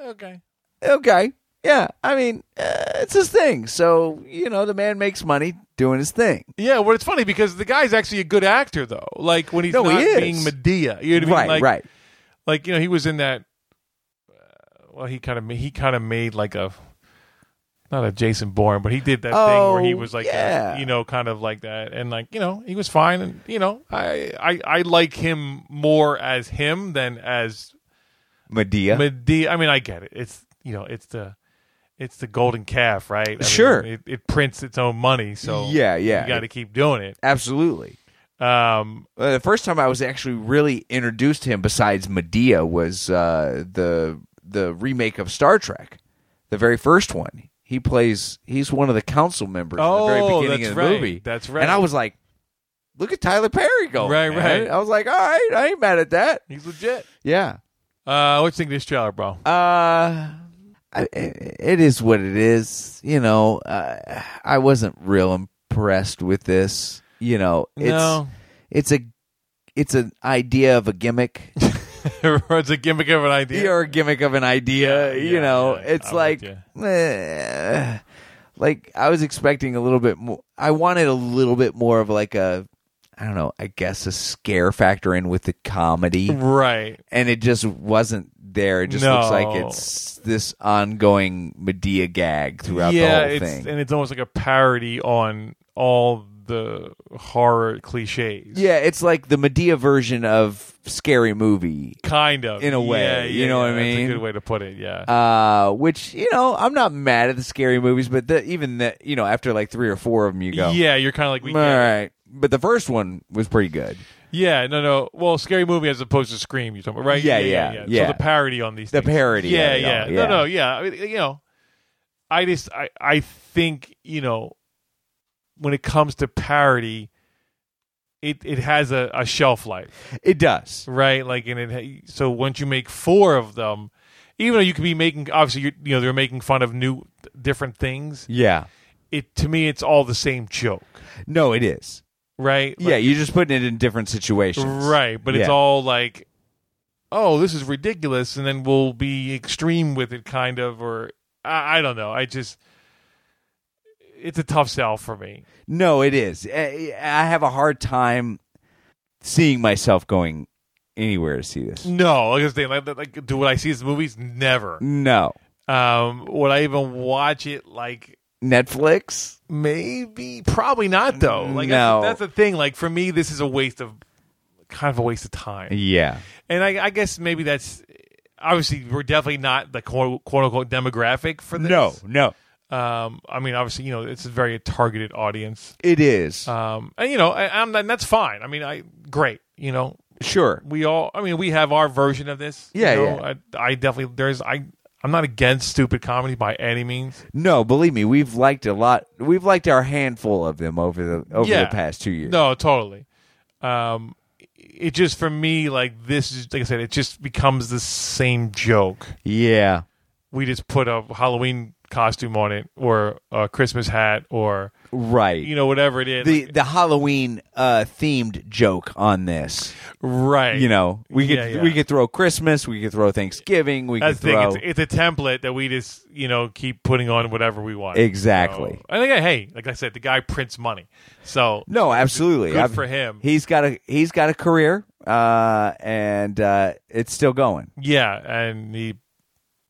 Speaker 2: eh, okay.
Speaker 4: okay yeah i mean uh, it's his thing so you know the man makes money doing his thing
Speaker 2: Yeah, well, it's funny because the guy's actually a good actor, though. Like, when he's
Speaker 4: No, he
Speaker 2: not
Speaker 4: is.
Speaker 2: being Medea, you know what I mean?
Speaker 4: right
Speaker 2: like,
Speaker 4: right
Speaker 2: like you know he was in that uh, well he kind of he kind of made like a not a Jason Bourne but he did that thing where he
Speaker 4: Oh,
Speaker 2: was like a-
Speaker 4: yeah.
Speaker 2: you know kind of like that and like you know he was fine and you know I I, I like him more as him than as
Speaker 4: medea
Speaker 2: Medea I mean I get it it's you know it's the it's the golden calf right I mean,
Speaker 4: Sure.
Speaker 2: it, it prints its own money so
Speaker 4: Yeah, yeah.
Speaker 2: you got to keep doing it
Speaker 4: absolutely
Speaker 2: um
Speaker 4: uh, the first time i was actually really introduced to him besides medea was uh, the the remake of star trek the very first one he plays he's one of the council members in the
Speaker 2: Oh,
Speaker 4: very beginning
Speaker 2: that's
Speaker 4: of the
Speaker 2: right.
Speaker 4: movie
Speaker 2: That's right.
Speaker 4: and i was like look at tyler perry going
Speaker 2: Right,
Speaker 4: man.
Speaker 2: right.
Speaker 4: i was like all right i ain't mad at that
Speaker 2: he's legit
Speaker 4: yeah
Speaker 2: uh what you think of this trailer bro
Speaker 4: Uh, I- it is what it is. You know, uh, I wasn't real impressed with this. You know, it's
Speaker 2: No.
Speaker 4: it's a it's an idea of a gimmick.
Speaker 2: it's a gimmick of an idea
Speaker 4: Or a gimmick of an idea.
Speaker 2: Yeah,
Speaker 4: you
Speaker 2: yeah,
Speaker 4: know,
Speaker 2: yeah,
Speaker 4: it's
Speaker 2: I'm with
Speaker 4: like
Speaker 2: ya.
Speaker 4: eh, like I was expecting a little bit more. I wanted a little bit more of like a, I don't know, I guess a scare factor in with the comedy,
Speaker 2: Right.
Speaker 4: and it just wasn't there. It just looks like
Speaker 2: No.
Speaker 4: it's this ongoing Medea gag throughout
Speaker 2: yeah,
Speaker 4: the whole
Speaker 2: it's,
Speaker 4: thing.
Speaker 2: and it's almost like a parody on all the horror cliches.
Speaker 4: yeah, it's like the Medea version of scary movie.
Speaker 2: Kind of.
Speaker 4: In a way,
Speaker 2: Yeah,
Speaker 4: you
Speaker 2: yeah,
Speaker 4: know what I
Speaker 2: That's
Speaker 4: mean?
Speaker 2: a good way to put it, yeah.
Speaker 4: Uh, which you know, I'm not mad at the scary movies, but the, even that you know, after like three or four of them, you go,
Speaker 2: Yeah, you're kind of like, we
Speaker 4: all
Speaker 2: get it.
Speaker 4: right. But the first one was pretty good.
Speaker 2: Yeah, no, no. Well, scary movie as opposed to Scream, you're talking about, right?
Speaker 4: Yeah, yeah, yeah.
Speaker 2: So the parody on these
Speaker 4: The
Speaker 2: things.
Speaker 4: parody
Speaker 2: Yeah,
Speaker 4: of it
Speaker 2: yeah.
Speaker 4: all,
Speaker 2: No,
Speaker 4: yeah.
Speaker 2: no, yeah. I mean, you know, I just, I, I think, you know, when it comes to parody, it, it has a, a shelf life,
Speaker 4: It does.
Speaker 2: right? Like, and it, so once you make four of them, even though you could be making, obviously, you're, you know, they're making fun of new, different things.
Speaker 4: Yeah.
Speaker 2: It, to me, it's all the same joke,
Speaker 4: No, it is.
Speaker 2: right?
Speaker 4: yeah, you're just putting it in different situations.
Speaker 2: Right, but it's
Speaker 4: Yeah.
Speaker 2: all like, oh, this is ridiculous, and then we'll be extreme with it, kind of, or I, I don't know. I just, it's a tough sell for me.
Speaker 4: No, it is. I I have a hard time seeing myself going anywhere to see this.
Speaker 2: No, like I was saying, like, like do what I see as movies? Never.
Speaker 4: No.
Speaker 2: Um, would I even watch it? Like
Speaker 4: Netflix?
Speaker 2: maybe, probably not though. Like
Speaker 4: Mm, No.
Speaker 2: that's, that's the thing. Like for me, this is a waste of, kind of a waste of time.
Speaker 4: Yeah.
Speaker 2: And I, I guess maybe that's obviously we're definitely not the quote, quote unquote demographic for this.
Speaker 4: No, no.
Speaker 2: Um, I mean, obviously, you know, it's a very targeted audience.
Speaker 4: It is.
Speaker 2: Um, and you know, I, I'm and that's fine. I mean, I great. You know,
Speaker 4: sure.
Speaker 2: we all. I mean, we have our version of this. you
Speaker 4: Yeah,
Speaker 2: know.
Speaker 4: yeah.
Speaker 2: I, I definitely there's I. I'm not against stupid comedy by any means.
Speaker 4: No, believe me, we've liked a lot. We've liked our handful of them over the over
Speaker 2: Yeah.
Speaker 4: the past 2 years.
Speaker 2: No, totally. Um, it just for me like this is like I said, it just becomes the same joke.
Speaker 4: Yeah.
Speaker 2: We just put a Halloween costume on it, or a Christmas hat, or
Speaker 4: Right.
Speaker 2: you know whatever it is.
Speaker 4: the the Halloween uh themed joke on this.
Speaker 2: right.
Speaker 4: you know we could
Speaker 2: Yeah, yeah.
Speaker 4: we could throw christmas we could throw thanksgiving we
Speaker 2: That's the
Speaker 4: could
Speaker 2: thing.
Speaker 4: throw
Speaker 2: It's, it's a template that we just you know keep putting on whatever we want.
Speaker 4: Exactly.
Speaker 2: So, I think. Hey, like I said, the guy prints money. So
Speaker 4: no absolutely
Speaker 2: Good
Speaker 4: I've-
Speaker 2: for him.
Speaker 4: he's got a he's got a career uh and uh it's still going
Speaker 2: yeah, and he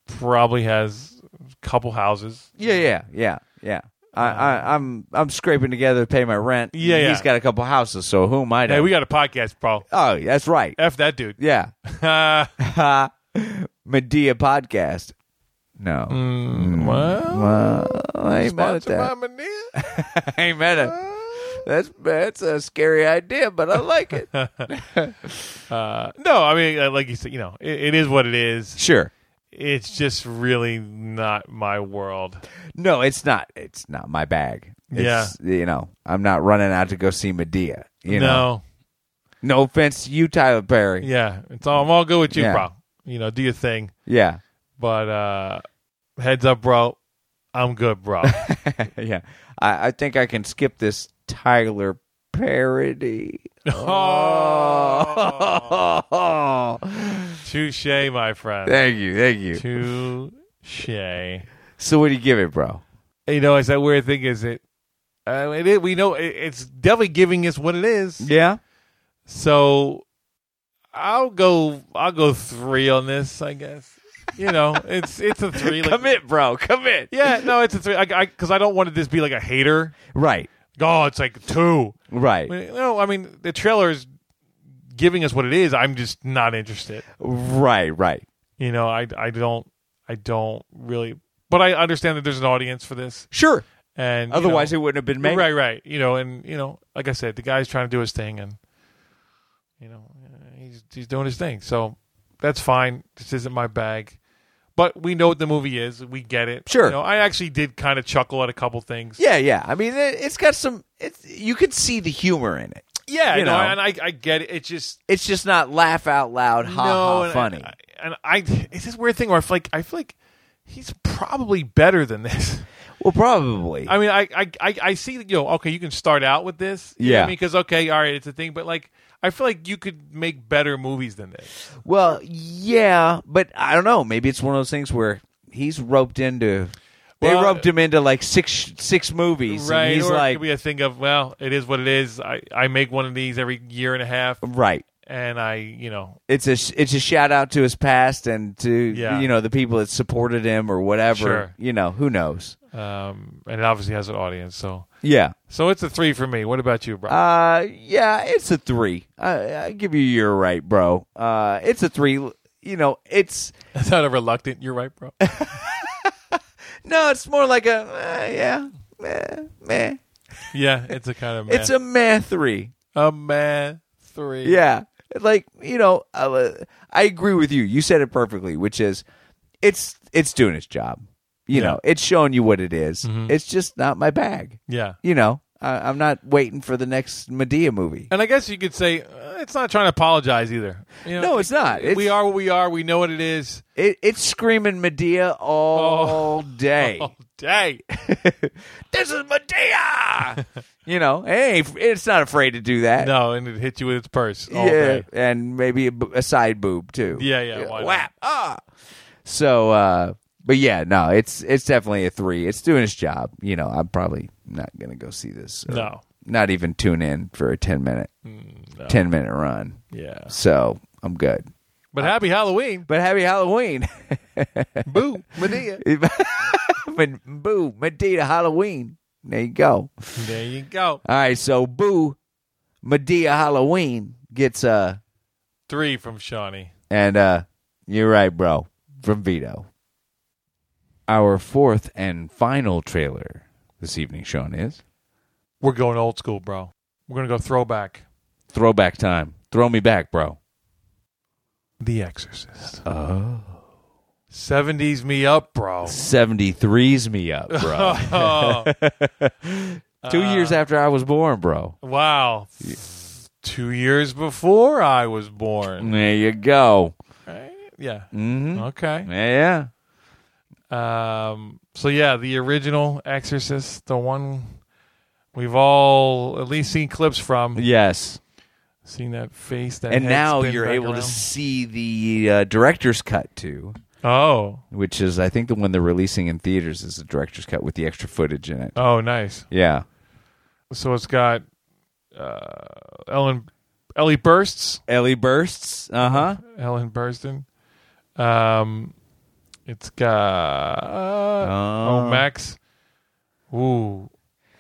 Speaker 2: probably has a couple houses.
Speaker 4: yeah yeah yeah yeah I, I, I'm I'm scraping together to pay my rent.
Speaker 2: Yeah, yeah.
Speaker 4: He's got a couple houses, so who am I? To?
Speaker 2: Hey, we got a podcast, bro.
Speaker 4: oh, that's right.
Speaker 2: F that dude.
Speaker 4: Yeah,
Speaker 2: Uh,
Speaker 4: Medea podcast. No,
Speaker 2: Mm,
Speaker 4: Mm.
Speaker 2: well,
Speaker 4: well, I ain't mad at
Speaker 2: sponsored by
Speaker 4: that.
Speaker 2: Manea.
Speaker 4: I ain't mad at. That's that's a scary idea, but I like it.
Speaker 2: Uh, no, I mean, uh, like you said, you know, it, it is what it is.
Speaker 4: sure.
Speaker 2: It's just really not my world.
Speaker 4: No, it's not. It's not my bag. It's, you know, I'm not running out to go see Medea. You
Speaker 2: no.
Speaker 4: know, no offense to you, Tyler Perry.
Speaker 2: Yeah, it's all. I'm all good with you,
Speaker 4: Yeah.
Speaker 2: bro. You know, do your thing.
Speaker 4: Yeah,
Speaker 2: But uh heads up, bro. I'm good, bro.
Speaker 4: yeah. I, I think I can skip this Tyler parody.
Speaker 2: Oh.
Speaker 4: Oh,
Speaker 2: Touche, my friend.
Speaker 4: thank you, thank you.
Speaker 2: Touche. You
Speaker 4: So, what do you give it, bro?
Speaker 2: know, it's that weird thing, is it? Uh, it, is- we know it, it's definitely giving us what it is.
Speaker 4: Yeah,
Speaker 2: So I'll go. I'll go three on this. I guess. You know, it's it's a three. Like,
Speaker 4: commit, bro, commit.
Speaker 2: Yeah, no, it's a three. Because I, because I don't want to just be like a hater.
Speaker 4: Right,
Speaker 2: Oh, it's like two.
Speaker 4: right,
Speaker 2: I mean, no, I mean the trailer is giving us what it is. I'm just not interested.
Speaker 4: right, right.
Speaker 2: You know, I I don't I don't really. But I understand that there's an audience for this,
Speaker 4: Sure.
Speaker 2: and you
Speaker 4: Otherwise,
Speaker 2: know,
Speaker 4: it wouldn't have been made.
Speaker 2: right, right. You know, and you know, like I said, the guy's trying to do his thing, and you know, uh, he's he's doing his thing. So that's fine. This isn't my bag. But we know what the movie is. We get it.
Speaker 4: Sure.
Speaker 2: You know, I actually did kind of chuckle at a couple things.
Speaker 4: Yeah, yeah. I mean, it, it's got some. It's you could see the humor in it.
Speaker 2: yeah.
Speaker 4: you
Speaker 2: no,
Speaker 4: know.
Speaker 2: and I, I get it. It's just
Speaker 4: It's just not laugh out loud, ha ha,
Speaker 2: and-
Speaker 4: funny.
Speaker 2: And I, it's this weird thing where I feel like I feel like he's probably better than this.
Speaker 4: well, probably.
Speaker 2: I mean, I I I, I see that you know, okay, you can start out with this, you know what
Speaker 4: Yeah.
Speaker 2: I mean, because okay, all right, it's a thing, but like. I feel like you could make better movies than this.
Speaker 4: well, yeah, but I don't know. Maybe it's one of those things where he's roped into They
Speaker 2: Well,
Speaker 4: rubbed him into like six six movies,
Speaker 2: right?
Speaker 4: and he's
Speaker 2: or it
Speaker 4: like,
Speaker 2: could be a thing of well, it is what it is. I I make one of these every year and a half,
Speaker 4: right.
Speaker 2: and I you know
Speaker 4: It's a sh- it's a shout out to his past and to
Speaker 2: Yeah.
Speaker 4: you know the people that supported him or whatever.
Speaker 2: Sure.
Speaker 4: You know who knows.
Speaker 2: um, and it obviously has an audience. So
Speaker 4: Yeah.
Speaker 2: so it's a three for me. What about you, Brian?
Speaker 4: Uh, yeah, it's a three. I, I give you your right, bro. Uh, it's a three. You know, it's
Speaker 2: That's not a reluctant. You're right, bro.
Speaker 4: no, it's more like a uh, yeah, meh, meh.
Speaker 2: yeah, it's a kind of meh.
Speaker 4: It's a meh three.
Speaker 2: a man three.
Speaker 4: Yeah, like you know, I, uh, I agree with you. You said it perfectly, which is, it's it's doing its job. You know, it's showing you what it is.
Speaker 2: Mm-hmm.
Speaker 4: It's just not my bag.
Speaker 2: yeah.
Speaker 4: You know, I, I'm not waiting for the next Medea movie.
Speaker 2: And I guess you could say uh, it's not trying to apologize either. You know,
Speaker 4: No, it's not. It's-
Speaker 2: we are what we are. We know what it is
Speaker 4: It, it's screaming Medea
Speaker 2: Oh.
Speaker 4: all day.
Speaker 2: all day.
Speaker 4: this is Medea. you know, hey, it's not afraid to do that.
Speaker 2: No, and it hit you with its purse all
Speaker 4: yeah,
Speaker 2: day.
Speaker 4: and maybe a, bo- a side boob too.
Speaker 2: Yeah, yeah, why not?
Speaker 4: Whap. Ah. So, uh, but yeah, no, it's it's definitely a three. It's doing its job. You know, I'm probably not gonna go see this. or
Speaker 2: No. Mm,
Speaker 4: not even tune in for a ten minute, ten minute run.
Speaker 2: Yeah.
Speaker 4: So I'm good.
Speaker 2: But happy Halloween.
Speaker 4: But happy Halloween.
Speaker 2: Boo. Medea.
Speaker 4: But boo, Medea Halloween. There you go.
Speaker 2: There you go.
Speaker 4: All right, so boo, Medea Halloween gets uh
Speaker 2: Three from Shawnee.
Speaker 4: And uh you're right, bro. From Vito. Our fourth and final trailer this evening, Sean, is
Speaker 2: We're going old school, bro. We're going to go throwback.
Speaker 4: Throwback Time. Throw me back, bro.
Speaker 2: The Exorcist. Oh. 70s me up, bro.
Speaker 4: 73's me up, bro.
Speaker 2: Oh,
Speaker 4: Two years after I was born, bro.
Speaker 2: wow. Two years before I was born.
Speaker 4: There you go.
Speaker 2: Yeah.
Speaker 4: Mm-hmm.
Speaker 2: Okay.
Speaker 4: Yeah.
Speaker 2: Um, so yeah, the original Exorcist, the one we've all at least seen clips from,
Speaker 4: Yes.
Speaker 2: seen that face, that
Speaker 4: And
Speaker 2: head
Speaker 4: now
Speaker 2: spin
Speaker 4: you're
Speaker 2: back
Speaker 4: able to
Speaker 2: around.
Speaker 4: see the uh, director's cut too,
Speaker 2: Oh,
Speaker 4: which is I think the one they're releasing in theaters is the director's cut with the extra footage in it.
Speaker 2: oh, nice.
Speaker 4: Yeah.
Speaker 2: So it's got uh, Ellen, Ellie Bursts,
Speaker 4: Ellie bursts. Uh-huh.
Speaker 2: Ellen Burstyn. Um, it's got uh, oh Max, ooh,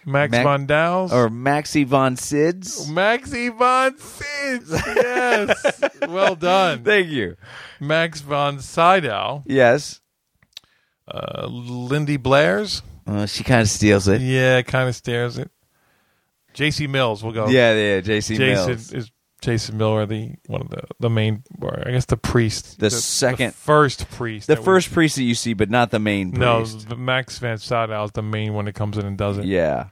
Speaker 2: Max
Speaker 4: Mac-
Speaker 2: von Dowles
Speaker 4: or Maxi Von
Speaker 2: Oh,
Speaker 4: Sids.
Speaker 2: Maxi von Sids. Yes, well done.
Speaker 4: Thank you.
Speaker 2: Max von Sydow,
Speaker 4: Yes.
Speaker 2: uh, Lindy Blair's.
Speaker 4: Uh, she kind of steals it.
Speaker 2: Yeah, kind of stares it. J.C. Mills, we'll go.
Speaker 4: Yeah, yeah,
Speaker 2: Jason
Speaker 4: JC Mills.
Speaker 2: is Jason Miller, the one of the the main, or I guess the priest,
Speaker 4: The second-
Speaker 2: first priest,
Speaker 4: The
Speaker 2: that we-
Speaker 4: first priest that you see, but not the main
Speaker 2: no,
Speaker 4: priest.
Speaker 2: the Max Van Sydow is the main one that comes in and does it.
Speaker 4: Yeah.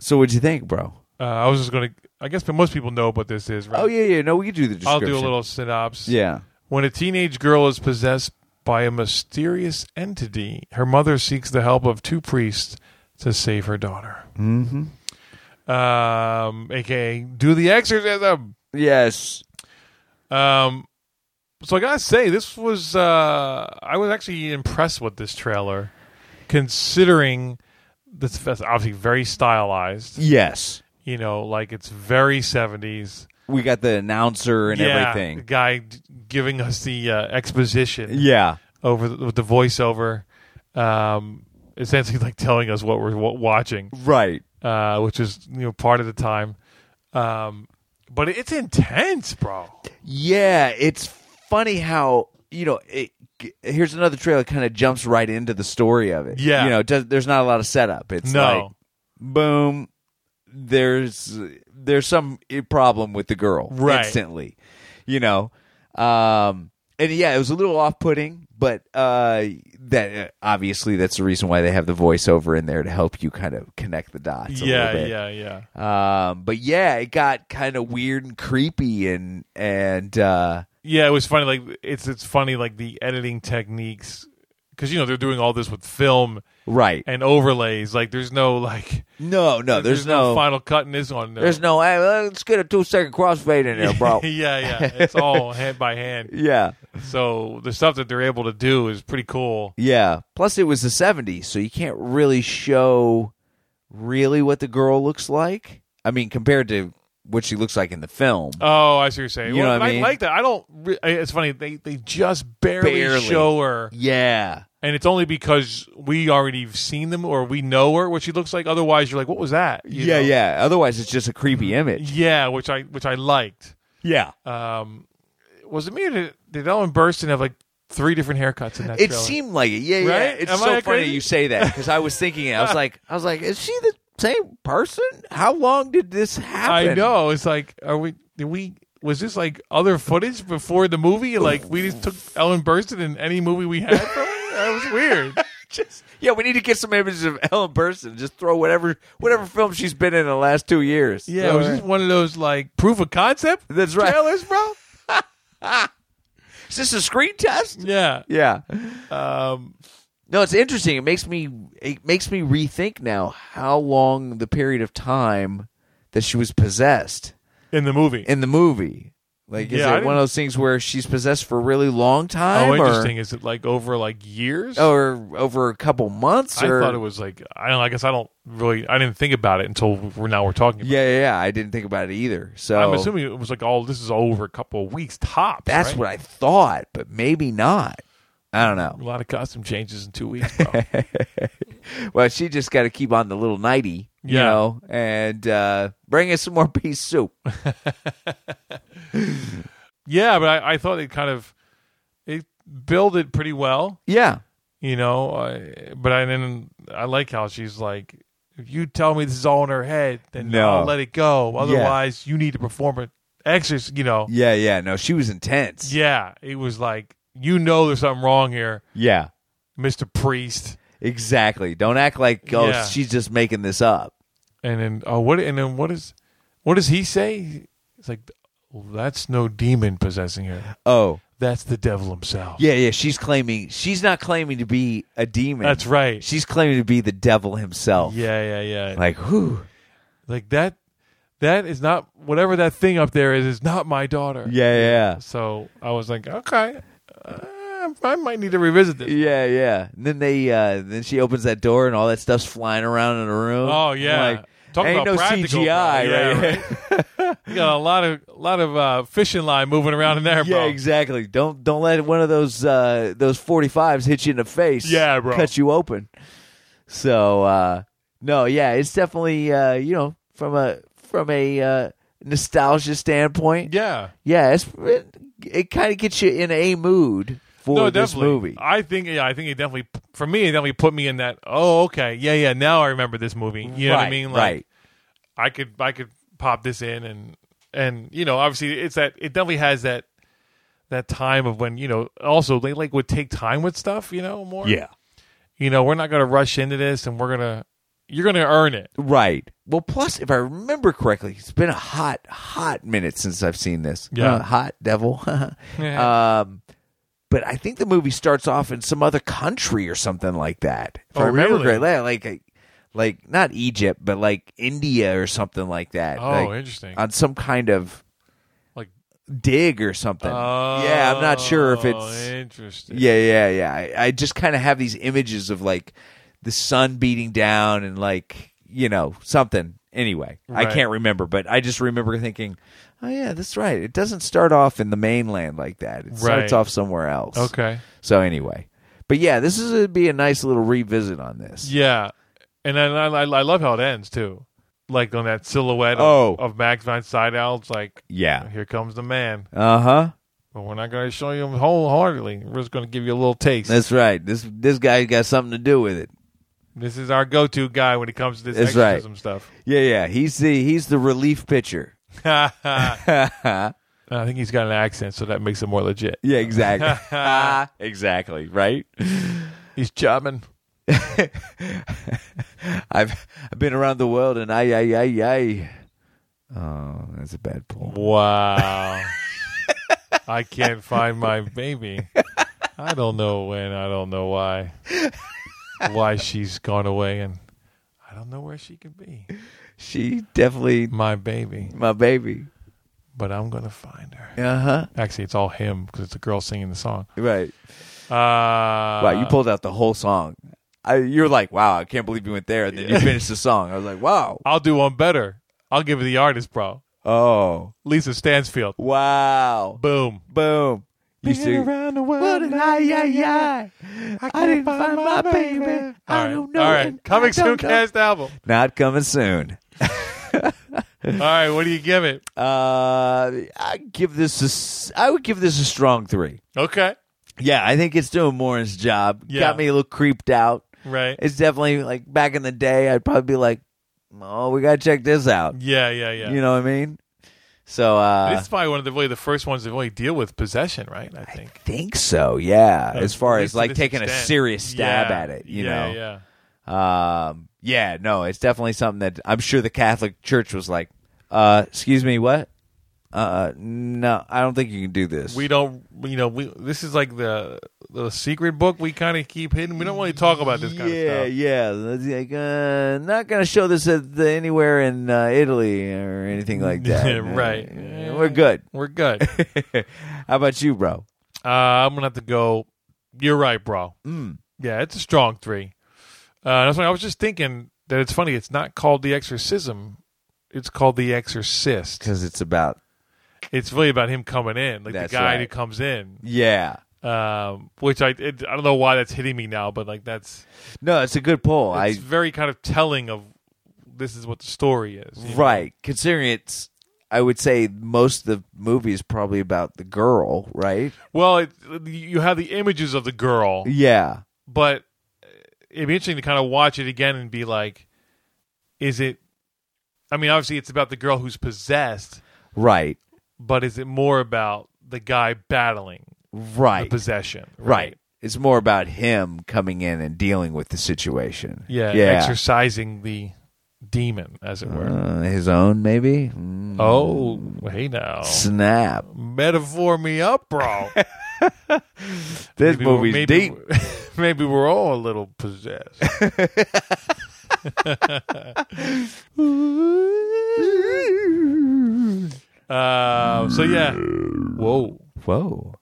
Speaker 4: So what'd you think, bro?
Speaker 2: Uh, I was just gonna, I guess, but most people know what this is, right?
Speaker 4: Oh yeah, yeah. No, we could do the description.
Speaker 2: Uh, I'll do a little synopsis.
Speaker 4: Yeah.
Speaker 2: When a teenage girl is possessed by a mysterious entity, her mother seeks the help of two priests to save her daughter. Mm-hmm. Um, AKA do the exorcism.
Speaker 4: Yes.
Speaker 2: Um, so I gotta say, this was uh, I was actually impressed with this trailer, considering this that's obviously very stylized.
Speaker 4: Yes.
Speaker 2: You know, like it's very seventies
Speaker 4: We got the announcer and
Speaker 2: The
Speaker 4: everything.
Speaker 2: guy d- giving us the uh, exposition.
Speaker 4: Yeah.
Speaker 2: over the, with the voiceover, um, essentially like telling us what we're wa watching,
Speaker 4: Right.
Speaker 2: uh, which is you know part of the time. Um, but it's intense, bro.
Speaker 4: Yeah, it's funny how you know. It, here's another trailer kind of jumps right into the story of it.
Speaker 2: Yeah.
Speaker 4: you know, it does, there's not a lot of setup. It's
Speaker 2: No.
Speaker 4: like boom. There's there's some i- problem with the girl
Speaker 2: Right.
Speaker 4: instantly, you know. Um, and yeah, it was a little off putting, but uh, that obviously that's the reason why they have the voiceover in there to help you kind of connect the dots. A
Speaker 2: yeah,
Speaker 4: little bit.
Speaker 2: yeah, yeah.
Speaker 4: Um, but yeah, it got kind of weird and creepy, and and uh,
Speaker 2: Yeah, it was funny. Like it's it's funny. Like the editing techniques because you know they're doing all this with film
Speaker 4: Right.
Speaker 2: and overlays. Like there's no like
Speaker 4: No, no, there's, no,
Speaker 2: final cut in this one.
Speaker 4: there's no, hey, let's get a two second crossfade in there, bro.
Speaker 2: yeah, yeah. It's all hand by hand.
Speaker 4: yeah.
Speaker 2: So the stuff that they're able to do is pretty cool.
Speaker 4: Yeah. Plus, it was the 70s, so you can't really show really what the girl looks like. I mean, compared to what she looks like in the film.
Speaker 2: Oh, I see what you're saying.
Speaker 4: You know
Speaker 2: well,
Speaker 4: what I mean?
Speaker 2: like that. I don't. Re- I- it's funny. They they just barely,
Speaker 4: Barely.
Speaker 2: show her,
Speaker 4: yeah.
Speaker 2: and it's only because we already have seen them or we know her what she looks like. Otherwise, you're like, what was that? You
Speaker 4: yeah,
Speaker 2: know?
Speaker 4: yeah. Otherwise, it's just a creepy image.
Speaker 2: yeah. Which I which I liked.
Speaker 4: Yeah.
Speaker 2: Was it me? Or did, did Ellen Burstyn have like three different haircuts in that?
Speaker 4: it
Speaker 2: trailer?
Speaker 4: seemed like it. Yeah, yeah.
Speaker 2: Right?
Speaker 4: It's
Speaker 2: Am
Speaker 4: so
Speaker 2: I
Speaker 4: funny
Speaker 2: crazy?
Speaker 4: you say that because I was thinking it. I was like, I was like, is she the same person? How long did this happen?
Speaker 2: I know. It's like, are we? Did we? Was this like other footage before the movie? Like we just took Ellen Burstyn in any movie we had from her. That was weird.
Speaker 4: Just yeah, we need to get some images of Ellen Burstyn. Just throw whatever whatever film she's been in the last two years.
Speaker 2: Yeah, it was just one of those like proof of concept.
Speaker 4: That's right.
Speaker 2: Trailers, bro.
Speaker 4: Is this a screen test?
Speaker 2: Yeah.
Speaker 4: Yeah.
Speaker 2: Um,
Speaker 4: No, it's interesting. It makes me it makes me rethink now how long the period of time that she was possessed
Speaker 2: in the movie.
Speaker 4: in the movie. Like, is
Speaker 2: Yeah, I
Speaker 4: it one of
Speaker 2: didn't-
Speaker 4: those things where she's possessed for a really long time?
Speaker 2: How
Speaker 4: or-
Speaker 2: interesting is it? Like over like years?
Speaker 4: or over a couple months.
Speaker 2: I
Speaker 4: Or,
Speaker 2: thought it was like I don't. I guess I don't really. I didn't think about it until we're now we're talking. About
Speaker 4: Yeah, yeah, yeah. I didn't think about it either. So
Speaker 2: it. I'm assuming it was like all this is over a couple of weeks tops.
Speaker 4: that's
Speaker 2: right?
Speaker 4: what I thought, but maybe not. I don't
Speaker 2: A
Speaker 4: know.
Speaker 2: lot of costume changes in two weeks, bro.
Speaker 4: Well, she just got to keep on the little nighty, you
Speaker 2: Yeah.
Speaker 4: know, and uh, bring us some more pea soup.
Speaker 2: yeah, but I, I thought it kind of it built it pretty well,
Speaker 4: Yeah,
Speaker 2: you know. I, but I didn't. I like how she's like, if you tell me this is all in her head, then
Speaker 4: No.
Speaker 2: I'll let it go. Otherwise, you need to perform an exercise. You know.
Speaker 4: yeah, yeah. No, she was intense.
Speaker 2: Yeah, it was like you know there's something wrong here,
Speaker 4: Yeah,
Speaker 2: Mister Priest.
Speaker 4: exactly. Don't act like oh,
Speaker 2: Yeah.
Speaker 4: she's just making this up.
Speaker 2: And then oh, what? And then what is? What does he say? It's like well, that's no demon possessing her.
Speaker 4: Oh,
Speaker 2: That's the devil himself.
Speaker 4: yeah, yeah. She's claiming she's not claiming to be a demon.
Speaker 2: that's right.
Speaker 4: She's claiming to be the devil himself.
Speaker 2: yeah, yeah, yeah. Like,
Speaker 4: Like, whew.
Speaker 2: that. That is not whatever that thing up there is. Is not my daughter.
Speaker 4: Yeah, yeah.
Speaker 2: So I was like, okay, uh, I might need to revisit this.
Speaker 4: Yeah, yeah. And then they uh then she opens that door and all that stuff's flying around in the room.
Speaker 2: Oh yeah.
Speaker 4: Like
Speaker 2: Talk
Speaker 4: ain't
Speaker 2: about
Speaker 4: no
Speaker 2: practical,
Speaker 4: CGI,
Speaker 2: bro. Yeah,
Speaker 4: right?
Speaker 2: right. You got a lot of lot of uh, fishing line moving around in there,
Speaker 4: yeah,
Speaker 2: bro.
Speaker 4: exactly. Don't don't let one of those uh those 45s hit you in the face.
Speaker 2: Yeah, bro.
Speaker 4: Cut you open. So uh no, yeah, it's definitely uh you know, from a from a uh nostalgia standpoint.
Speaker 2: Yeah.
Speaker 4: Yeah, it's it, it kind of gets you in a mood for
Speaker 2: No,
Speaker 4: this
Speaker 2: definitely.
Speaker 4: movie.
Speaker 2: I think yeah, I think it definitely for me it definitely put me in that oh okay. Yeah, yeah, now I remember this movie. You know what I
Speaker 4: Right,
Speaker 2: mean?
Speaker 4: right.
Speaker 2: I could I could pop this in and and you know, obviously it's that it definitely has that that time of when, you know, also they like would take time with stuff, you know, more. You know, we're not gonna rush into this and we're gonna you're gonna earn it.
Speaker 4: Right. Well, plus, if I remember correctly, it's been a hot, hot minute since I've seen this.
Speaker 2: Yeah.
Speaker 4: Uh, hot devil. um, but I think the movie starts off in some other country or something like that. If
Speaker 2: Oh,
Speaker 4: I remember
Speaker 2: really?
Speaker 4: correctly, yeah, like, like, like not Egypt, but like India or something like that.
Speaker 2: Oh,
Speaker 4: Like,
Speaker 2: interesting.
Speaker 4: On some kind of
Speaker 2: Like-
Speaker 4: dig or something. yeah, I'm not sure if
Speaker 2: Oh,
Speaker 4: it's
Speaker 2: interesting.
Speaker 4: yeah, yeah, yeah. I, I just kind of have these images of like the sun beating down and like you know something. Anyway, I
Speaker 2: Right.
Speaker 4: can't remember, but I just remember thinking, "Oh yeah, that's right. It doesn't start off in the mainland like that. It
Speaker 2: Right.
Speaker 4: starts off somewhere else."
Speaker 2: Okay.
Speaker 4: So anyway, but yeah, this is it'd be a nice little revisit on this.
Speaker 2: Yeah, and then I, I, I love how it ends too, like on that silhouette.
Speaker 4: Oh.
Speaker 2: Of, of Max von Sydow, it's like,
Speaker 4: Yeah.
Speaker 2: here comes the man.
Speaker 4: Uh huh.
Speaker 2: But we're not going to show you him wholeheartedly. We're just going to give you a little taste.
Speaker 4: That's right. This this guy got something to do with it.
Speaker 2: this is our go-to guy when it comes to this
Speaker 4: That's right.
Speaker 2: exorcism stuff.
Speaker 4: Yeah, yeah. He's the he's the relief pitcher.
Speaker 2: I think he's got an accent, so that makes it more legit.
Speaker 4: Yeah, exactly. exactly. Right.
Speaker 2: He's German.
Speaker 4: I've I've been around the world and I I I I. Oh, that's a bad pull.
Speaker 2: Wow. I can't find my baby. I don't know when. I don't know why. why she's gone away, and I don't know where she could be.
Speaker 4: She definitely
Speaker 2: My baby,
Speaker 4: my baby.
Speaker 2: but I'm gonna find her.
Speaker 4: Uh huh.
Speaker 2: Actually, it's all him because it's a girl singing the song.
Speaker 4: Right.
Speaker 2: Uh,
Speaker 4: Wow, you pulled out the whole song. I, you're like, wow, I can't believe you went there. And then you finished the song. I was like, wow.
Speaker 2: I'll do one better. I'll give you the artist, bro.
Speaker 4: Oh,
Speaker 2: Lisa Stansfield.
Speaker 4: wow.
Speaker 2: Boom.
Speaker 4: Boom. You
Speaker 2: Been
Speaker 4: see-
Speaker 2: around the world
Speaker 4: What an
Speaker 2: and
Speaker 4: eye, eye, eye.
Speaker 2: I
Speaker 4: I
Speaker 2: can't
Speaker 4: didn't find my baby.
Speaker 2: All
Speaker 4: I
Speaker 2: right,
Speaker 4: don't know.
Speaker 2: All right.
Speaker 4: and
Speaker 2: Coming
Speaker 4: I
Speaker 2: soon
Speaker 4: don't know.
Speaker 2: cast album.
Speaker 4: Not coming soon.
Speaker 2: All right. What do you give it?
Speaker 4: Uh, I give this a s I would give this a strong three.
Speaker 2: Okay.
Speaker 4: Yeah, I think it's doing more its job.
Speaker 2: Yeah.
Speaker 4: Got me a little creeped out.
Speaker 2: Right.
Speaker 4: It's definitely like back in the day, I'd probably be like, oh, we gotta check this out.
Speaker 2: yeah. Yeah. Yeah.
Speaker 4: You know what I mean? So uh,
Speaker 2: this is probably one of the really the first ones that really deal with possession, right? I think.
Speaker 4: think so. Yeah,
Speaker 2: Uh,
Speaker 4: as far
Speaker 2: at
Speaker 4: as
Speaker 2: least to
Speaker 4: like
Speaker 2: this
Speaker 4: taking a
Speaker 2: extent.
Speaker 4: serious stab
Speaker 2: Yeah,
Speaker 4: at it, you
Speaker 2: yeah,
Speaker 4: know.
Speaker 2: Yeah.
Speaker 4: Um, yeah, no, it's definitely something that I'm sure the Catholic Church was like, uh, excuse me, what? Uh, no, I don't think you can do this.
Speaker 2: We don't. You know. We. This is like the the secret book we kind of keep hidden. We don't really talk about this
Speaker 4: yeah,
Speaker 2: kind of stuff.
Speaker 4: yeah, That's like, uh, not gonna show this at the, anywhere in uh, Italy or anything like that.
Speaker 2: Right.
Speaker 4: Uh, we're good.
Speaker 2: We're good. uh,
Speaker 4: How about you, bro?
Speaker 2: I'm gonna have to go. You're right, bro.
Speaker 4: Mm.
Speaker 2: Yeah, it's a strong three. Uh, that's why I was just thinking that it's funny. It's not called the exorcism. It's called the exorcist.
Speaker 4: Because it's about
Speaker 2: It's really about him coming in, like
Speaker 4: That's
Speaker 2: the guy
Speaker 4: right.
Speaker 2: who comes in.
Speaker 4: yeah.
Speaker 2: Um, which I it, I don't know why that's hitting me now, but like that's
Speaker 4: No, it's a good pull. I
Speaker 2: it's very kind of telling of this is what the story is. you know?
Speaker 4: Right. Considering it's, I would say most of the movie is probably about the girl, right?
Speaker 2: Well, it, you have the images of the girl,
Speaker 4: Yeah.
Speaker 2: but it'd be interesting to kind of watch it again and be like, is it? I mean, obviously, it's about the girl who's possessed,
Speaker 4: Right.
Speaker 2: but is it more about the guy battling the
Speaker 4: Right.
Speaker 2: possession?
Speaker 4: right. It's more about him coming in and dealing with the situation.
Speaker 2: Yeah,
Speaker 4: Yeah.
Speaker 2: exercising the demon, as it were.
Speaker 4: Uh, his own, maybe? Mm,
Speaker 2: oh, hey now,
Speaker 4: Snap.
Speaker 2: metaphor me up, bro.
Speaker 4: This
Speaker 2: we're-
Speaker 4: movie's deep.
Speaker 2: we're- Maybe we're all a little possessed. Uh, so yeah. Whoa.
Speaker 4: Whoa.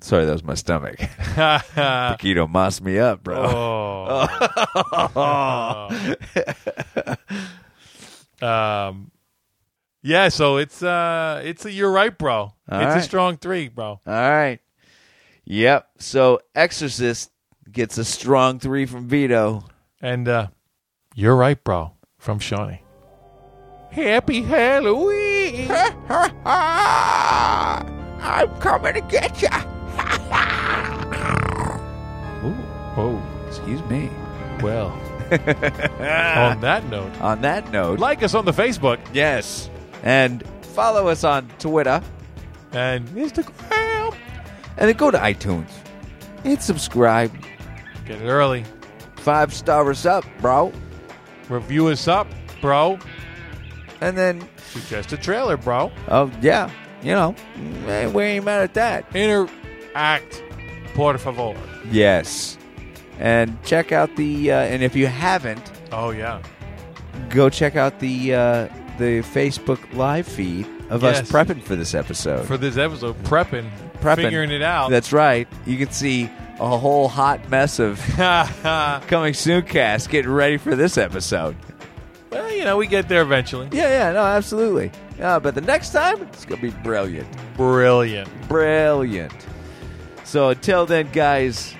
Speaker 4: Sorry, that was my stomach. Keto mossed me up, bro.
Speaker 2: Oh. um. Yeah. So it's uh, it's a you're right, bro. it's
Speaker 4: right.
Speaker 2: a strong three, bro.
Speaker 4: All right. Yep. So Exorcist gets a strong three from Vito.
Speaker 2: And uh, you're right, bro. From Shawnee. Happy Halloween.
Speaker 4: I'm coming to get you.
Speaker 2: Oh.
Speaker 4: Excuse me.
Speaker 2: Well, on that note,
Speaker 4: On that note,
Speaker 2: like us on the Facebook
Speaker 4: yes, and follow us on Twitter
Speaker 2: and Instagram.
Speaker 4: and then go to iTunes and subscribe.
Speaker 2: Get it early.
Speaker 4: Five stars up, bro.
Speaker 2: Review us up, bro.
Speaker 4: And then,
Speaker 2: Suggest a trailer, bro.
Speaker 4: oh, yeah, you know, eh, we ain't mad at that.
Speaker 2: Interact, por favor.
Speaker 4: Yes. And check out the, uh, and if you haven't,
Speaker 2: Oh yeah,
Speaker 4: go check out the, uh, the Facebook live feed of us
Speaker 2: Yes.
Speaker 4: prepping for this episode.
Speaker 2: for this episode, prepping,
Speaker 4: prepping.
Speaker 2: figuring it out.
Speaker 4: That's right. You can see a whole hot mess of coming soon cast getting ready for this episode.
Speaker 2: well, you know, we get there eventually.
Speaker 4: Yeah, yeah, no, absolutely. Yeah, Uh, but the next time it's gonna be brilliant,
Speaker 2: Brilliant.
Speaker 4: brilliant. So until then, guys,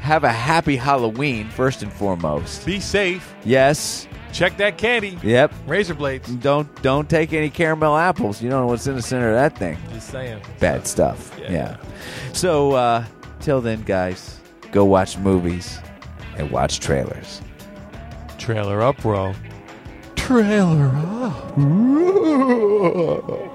Speaker 4: have a happy Halloween first and foremost.
Speaker 2: Be safe.
Speaker 4: Yes.
Speaker 2: Check that candy.
Speaker 4: Yep.
Speaker 2: Razor blades.
Speaker 4: Don't don't take any caramel apples. You don't know what's in the center of that thing.
Speaker 2: Just saying.
Speaker 4: Bad stuff.
Speaker 2: Yeah.
Speaker 4: yeah. So uh, till then, guys, go watch movies and watch trailers.
Speaker 2: Trailer up, bro. Trailer up.